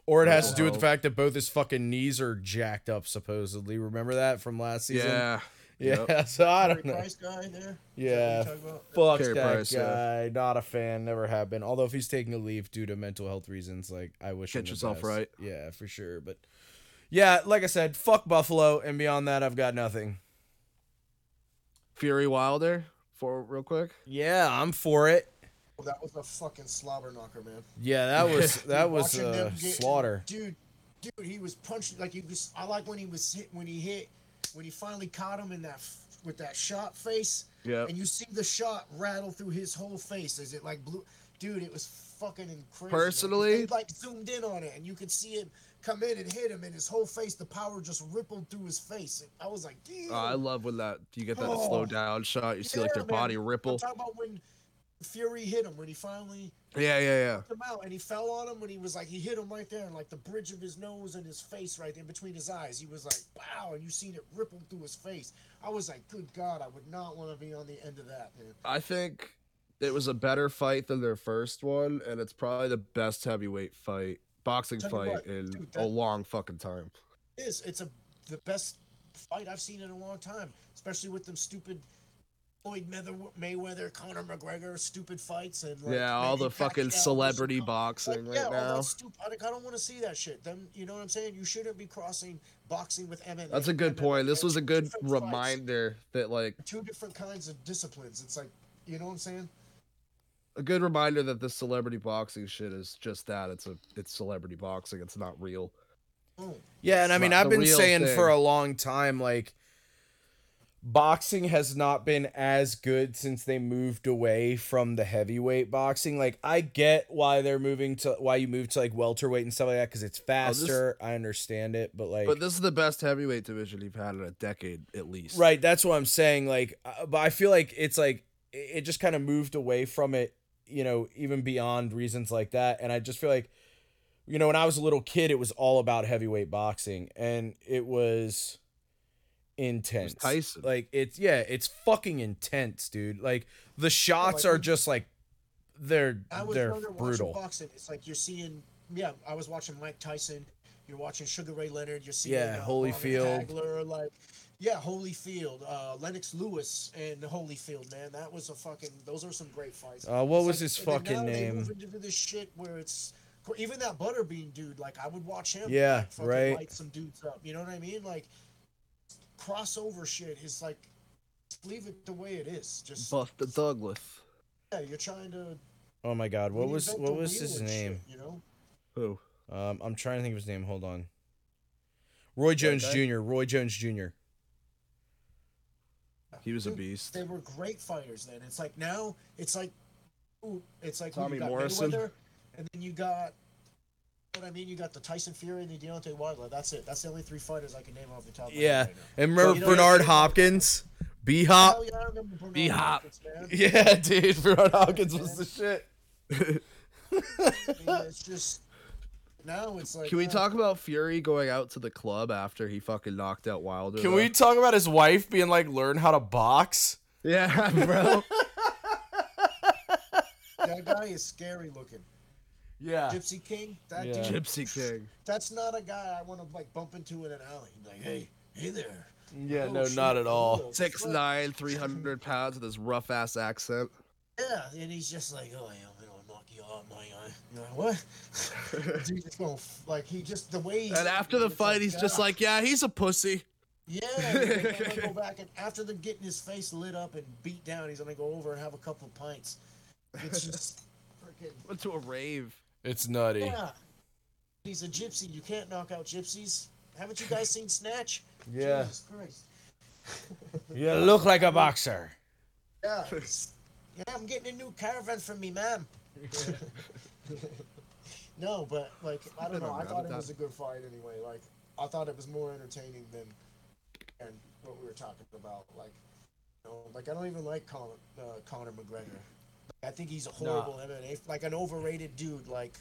Speaker 1: or it has to
Speaker 2: mental
Speaker 1: do with the
Speaker 2: health.
Speaker 1: fact that both his fucking knees are jacked up. Supposedly, remember that from last season.
Speaker 2: Yeah.
Speaker 1: Yeah,
Speaker 2: Yep.
Speaker 1: so I
Speaker 3: Carey
Speaker 1: don't know.
Speaker 3: Price guy there.
Speaker 1: Yeah,
Speaker 3: Is that what you're talking about?
Speaker 1: fuck
Speaker 2: Carey
Speaker 1: that
Speaker 2: Price,
Speaker 1: guy.
Speaker 2: yeah.
Speaker 1: Not a fan. Never have been. Although if he's taking a leave due to mental health reasons, like I wish him
Speaker 2: Get
Speaker 1: the
Speaker 2: yourself
Speaker 1: best.
Speaker 2: right.
Speaker 1: Yeah, for sure. But yeah, like I said, fuck Buffalo, and beyond that, I've got nothing.
Speaker 2: Fury Wilder for real quick.
Speaker 1: Yeah, I'm for it.
Speaker 3: Well, Oh, that was a fucking slobber knocker, man.
Speaker 1: Yeah, that was that was
Speaker 3: Watching them
Speaker 1: uh,
Speaker 3: get-
Speaker 1: slaughter.
Speaker 3: Dude, dude, he was punching like he was. I like when he was hit when he hit when he finally caught him in that f- with that shot face,
Speaker 2: Yeah.
Speaker 3: and you see the shot rattle through his whole face as it like blew. Dude, it was fucking crazy. man.
Speaker 2: Personally-
Speaker 3: they, like zoomed in on it, and you could see him come in and hit him, and his whole face, the power just rippled through his face. I was like, damn.
Speaker 2: Oh, I love when that you get that
Speaker 3: Oh.
Speaker 2: slow down shot. You see like
Speaker 3: Yeah,
Speaker 2: their
Speaker 3: man.
Speaker 2: body
Speaker 3: I'm
Speaker 2: ripple.
Speaker 3: talking about when Fury hit him when he finally
Speaker 2: Yeah, yeah, yeah.
Speaker 3: knocked him out and he fell on him when he was like he hit him right there and like the bridge of his nose and his face right there between his eyes he was like wow and you seen it ripple through his face i was like good god i would not want to be on the end of that man
Speaker 2: I think it was a better fight than their first one, and it's probably the best heavyweight fight, boxing
Speaker 3: Tell you
Speaker 2: fight
Speaker 3: what,
Speaker 2: in
Speaker 3: dude,
Speaker 2: a
Speaker 3: that-
Speaker 2: long fucking time.
Speaker 3: it is it's a the best fight i've seen in a long time especially with them stupid Floyd Maywe- Mayweather, Conor McGregor, stupid fights and like
Speaker 2: yeah, all
Speaker 3: Manny
Speaker 2: the fucking
Speaker 3: Pacquiao,
Speaker 2: celebrity
Speaker 3: Usman.
Speaker 2: boxing
Speaker 3: Like,
Speaker 2: right
Speaker 3: Oh, yeah, all
Speaker 2: now.
Speaker 3: that stupid. I, don't want to see that shit. Them, you know what I'm saying? You shouldn't be crossing boxing with MMA.
Speaker 2: That's a good point. This was a good
Speaker 3: Different fights.
Speaker 2: reminder that like
Speaker 3: two different kinds of disciplines. It's like, you know what I'm saying?
Speaker 2: a good reminder that this celebrity boxing shit is just that. It's a it's celebrity boxing. It's not real.
Speaker 3: Oh,
Speaker 1: Yeah, and I
Speaker 2: It's
Speaker 1: mean,
Speaker 2: not
Speaker 1: I've
Speaker 2: the
Speaker 1: been
Speaker 2: real
Speaker 1: saying
Speaker 2: thing.
Speaker 1: for a long time, like, boxing has not been as good since they moved away from the heavyweight boxing. Like, I get why they're moving to why you move to like welterweight and stuff like that because it's
Speaker 2: Oh, this-
Speaker 1: faster. I understand it, but like,
Speaker 2: But this is the best heavyweight division you've had in a decade at least.
Speaker 1: right, that's what I'm saying. Like, uh, but I feel like it's like it it just kind of moved away from it, you know, even beyond reasons like that. And I just feel like, you know, when I was a little kid, it was all about heavyweight boxing, and it was intense.
Speaker 2: Tyson.
Speaker 1: Like it's yeah, it's fucking intense, dude. Like the shots
Speaker 3: like-
Speaker 1: are just like they're
Speaker 3: I was
Speaker 1: they're
Speaker 3: wondering, watching
Speaker 1: brutal.
Speaker 3: boxing. It's like you're seeing, yeah, I was watching Mike Tyson. You're watching Sugar Ray Leonard. You're seeing
Speaker 1: Yeah,
Speaker 3: Marvin
Speaker 1: Holyfield.
Speaker 3: Hagler, like, yeah, Holyfield, uh, Lennox Lewis, and Holyfield. Man, that was a fucking. Those are some great fights.
Speaker 1: Uh, what
Speaker 3: It's
Speaker 1: was
Speaker 3: like-
Speaker 1: his
Speaker 3: and then
Speaker 1: fucking
Speaker 3: now they
Speaker 1: name?
Speaker 3: move into this shit where it's even that Butterbean dude. Like I would watch him.
Speaker 1: Yeah,
Speaker 3: like, fucking
Speaker 1: right.
Speaker 3: Light some dudes up. You know what I mean? Like crossover shit is like leave it the way it is. Just
Speaker 2: Buster Douglas.
Speaker 3: yeah, you're trying to.
Speaker 1: Oh my god, what was
Speaker 3: reinvent the
Speaker 1: what was
Speaker 3: wheel
Speaker 1: his
Speaker 3: and shit,
Speaker 1: name?
Speaker 3: you know.
Speaker 2: Who?
Speaker 1: Um, I'm trying to think of his name. Hold on. Roy Jones
Speaker 2: guy?
Speaker 1: Jr. Roy Jones Jr.
Speaker 2: He was a
Speaker 3: Dude,
Speaker 2: beast.
Speaker 3: They were great fighters then. It's like now it's like ooh, it's like who
Speaker 2: Tommy
Speaker 3: you got
Speaker 2: Morrison.
Speaker 3: Mayweather, and then you got what I mean, you got the Tyson Fury and the Deontay Wilder. That's it. That's the only three fighters I can name off the top of my
Speaker 1: Yeah, Uh,
Speaker 3: head right now.
Speaker 1: and
Speaker 3: you
Speaker 1: remember
Speaker 3: know what
Speaker 1: Bernard
Speaker 3: I'm saying?
Speaker 1: Hopkins, B Hop.
Speaker 3: Hell yeah, I remember Bernard
Speaker 2: B-Hop.
Speaker 3: Hopkins, man.
Speaker 1: Yeah, dude, Bernard Hopkins was the shit.
Speaker 3: I mean, it's just now it's like
Speaker 2: Can we
Speaker 3: uh,
Speaker 2: talk about Fury going out to the club after he fucking knocked out Wilder?
Speaker 1: Can
Speaker 2: though?
Speaker 1: we talk about his wife being like, learn how to box?
Speaker 2: Yeah, bro.
Speaker 3: That guy is scary looking.
Speaker 1: Yeah,
Speaker 3: Gypsy King. That
Speaker 1: Yeah.
Speaker 3: dude.
Speaker 2: Gypsy King.
Speaker 3: That's not a guy I want to like bump into in an alley. Like, hey, hey there.
Speaker 1: yeah,
Speaker 3: Oh,
Speaker 1: no,
Speaker 3: shit,
Speaker 1: not at
Speaker 3: oh,
Speaker 1: all.
Speaker 2: Six
Speaker 3: fuck.
Speaker 2: nine, three hundred pounds with his rough ass accent.
Speaker 3: Yeah, and he's just like, oh, yeah, I'm gonna knock you out, my guy. You're like, what? Dude, just going like he just the way. He "Ah."
Speaker 2: And after the
Speaker 3: oh
Speaker 2: fight, he's just like, yeah, he's a pussy.
Speaker 3: yeah. he's gonna go back and after the getting his face lit up and beat down, he's gonna go over and have a couple pints. It's just freaking
Speaker 2: Went to a rave.
Speaker 1: It's nutty.
Speaker 3: yeah. He's a gypsy. You can't knock out gypsies. Haven't you guys seen Snatch?
Speaker 1: Yeah.
Speaker 3: Jesus Christ.
Speaker 1: You look like a boxer.
Speaker 3: Yeah. it's- yeah, I'm getting a new caravan for me, ma'am. no, but like I don't know. I thought it was a good fight anyway. Like I thought it was more entertaining than and what we were talking about. Like, you know, like I don't even like Conor, uh, Conor McGregor. I think he's a horrible MMA, like an overrated dude. Like,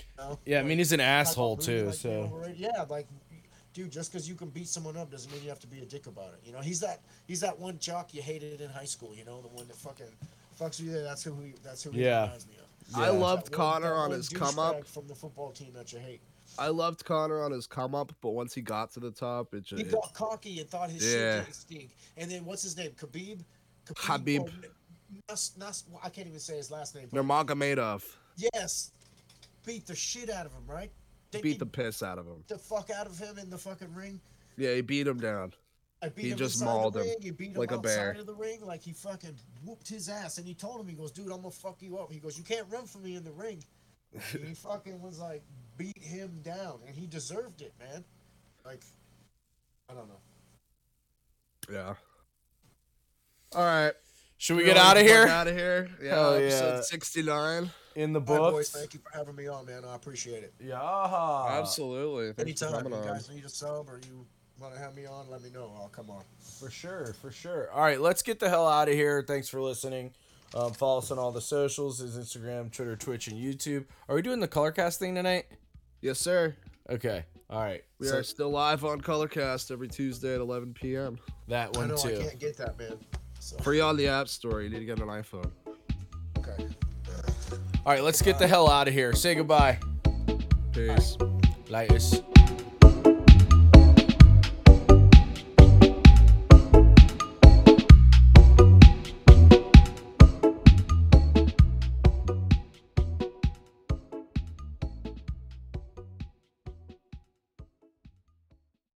Speaker 3: you know,
Speaker 1: Yeah, I mean,
Speaker 3: like,
Speaker 1: he's an
Speaker 3: I don't
Speaker 1: asshole
Speaker 3: really
Speaker 1: too,
Speaker 3: like being
Speaker 1: so.
Speaker 3: overrated. yeah, like, dude, just because you can beat someone up doesn't mean you have to be a dick about it. You know, he's that he's that one jock you hated in high school. You know, the one that fucking fucks you there. That's who he. That's who he
Speaker 1: Yeah.
Speaker 3: reminds me of.
Speaker 2: I
Speaker 1: Yeah.
Speaker 2: loved
Speaker 3: That one-
Speaker 2: Connor
Speaker 3: that
Speaker 2: on
Speaker 3: one
Speaker 2: his come
Speaker 3: douchebag
Speaker 2: up.
Speaker 3: from the football team that you hate.
Speaker 2: I loved Connor on his come up, but once he got to the top, it just
Speaker 3: He got cocky and thought his
Speaker 2: Yeah.
Speaker 3: shit didn't stink. And then what's his name? Khabib.
Speaker 2: Khabib.
Speaker 3: or Nas- Nas- I can't even say his last name. but
Speaker 2: Nurmagomedov
Speaker 3: yes, beat the shit out of him, right? They
Speaker 2: beat the piss out of him.
Speaker 3: the fuck out of him in the fucking ring.
Speaker 2: Yeah, he beat him down.
Speaker 3: I beat
Speaker 2: He
Speaker 3: him
Speaker 2: just
Speaker 3: inside
Speaker 2: mauled
Speaker 3: the
Speaker 2: him
Speaker 3: ring. He beat him
Speaker 2: like a
Speaker 3: outside
Speaker 2: bear.
Speaker 3: of the ring. Like he fucking whooped his ass, and he told him, he goes, "Dude, I'm gonna fuck you up." He goes, "You can't run from me in the ring." And he fucking was like, beat him down, and he deserved it, man. Like, I don't know.
Speaker 2: Yeah. All right.
Speaker 1: Should we get out of here?
Speaker 2: Out of here. Yeah.
Speaker 1: Hell
Speaker 2: episode
Speaker 1: yeah.
Speaker 2: 69.
Speaker 1: In the
Speaker 3: Bye, boys.
Speaker 1: books.
Speaker 3: Thank you for having me on, man. I appreciate it.
Speaker 1: Yeah.
Speaker 2: Absolutely. Thanks for
Speaker 3: Uh, Anytime
Speaker 2: coming
Speaker 3: you
Speaker 2: on.
Speaker 3: guys need a sub or you want to have me on, let me know. I'll come on.
Speaker 1: For sure, for sure. All right, let's get the hell out of here. Thanks for listening. Um, follow us on all the socials: is Instagram, Twitter, Twitch, and YouTube. Are we doing the color cast thing tonight?
Speaker 2: Yes, sir.
Speaker 1: Okay. All right.
Speaker 2: We
Speaker 1: So
Speaker 2: are still live on Colorcast every Tuesday at 11 p.m.
Speaker 1: that
Speaker 3: I
Speaker 1: one
Speaker 3: know
Speaker 1: too.
Speaker 3: I can't get that, man. So
Speaker 2: Free on the App Store. You need to get an iPhone.
Speaker 3: okay.
Speaker 1: All right, let's get the hell out of here. Say goodbye.
Speaker 2: Peace.
Speaker 1: Latest.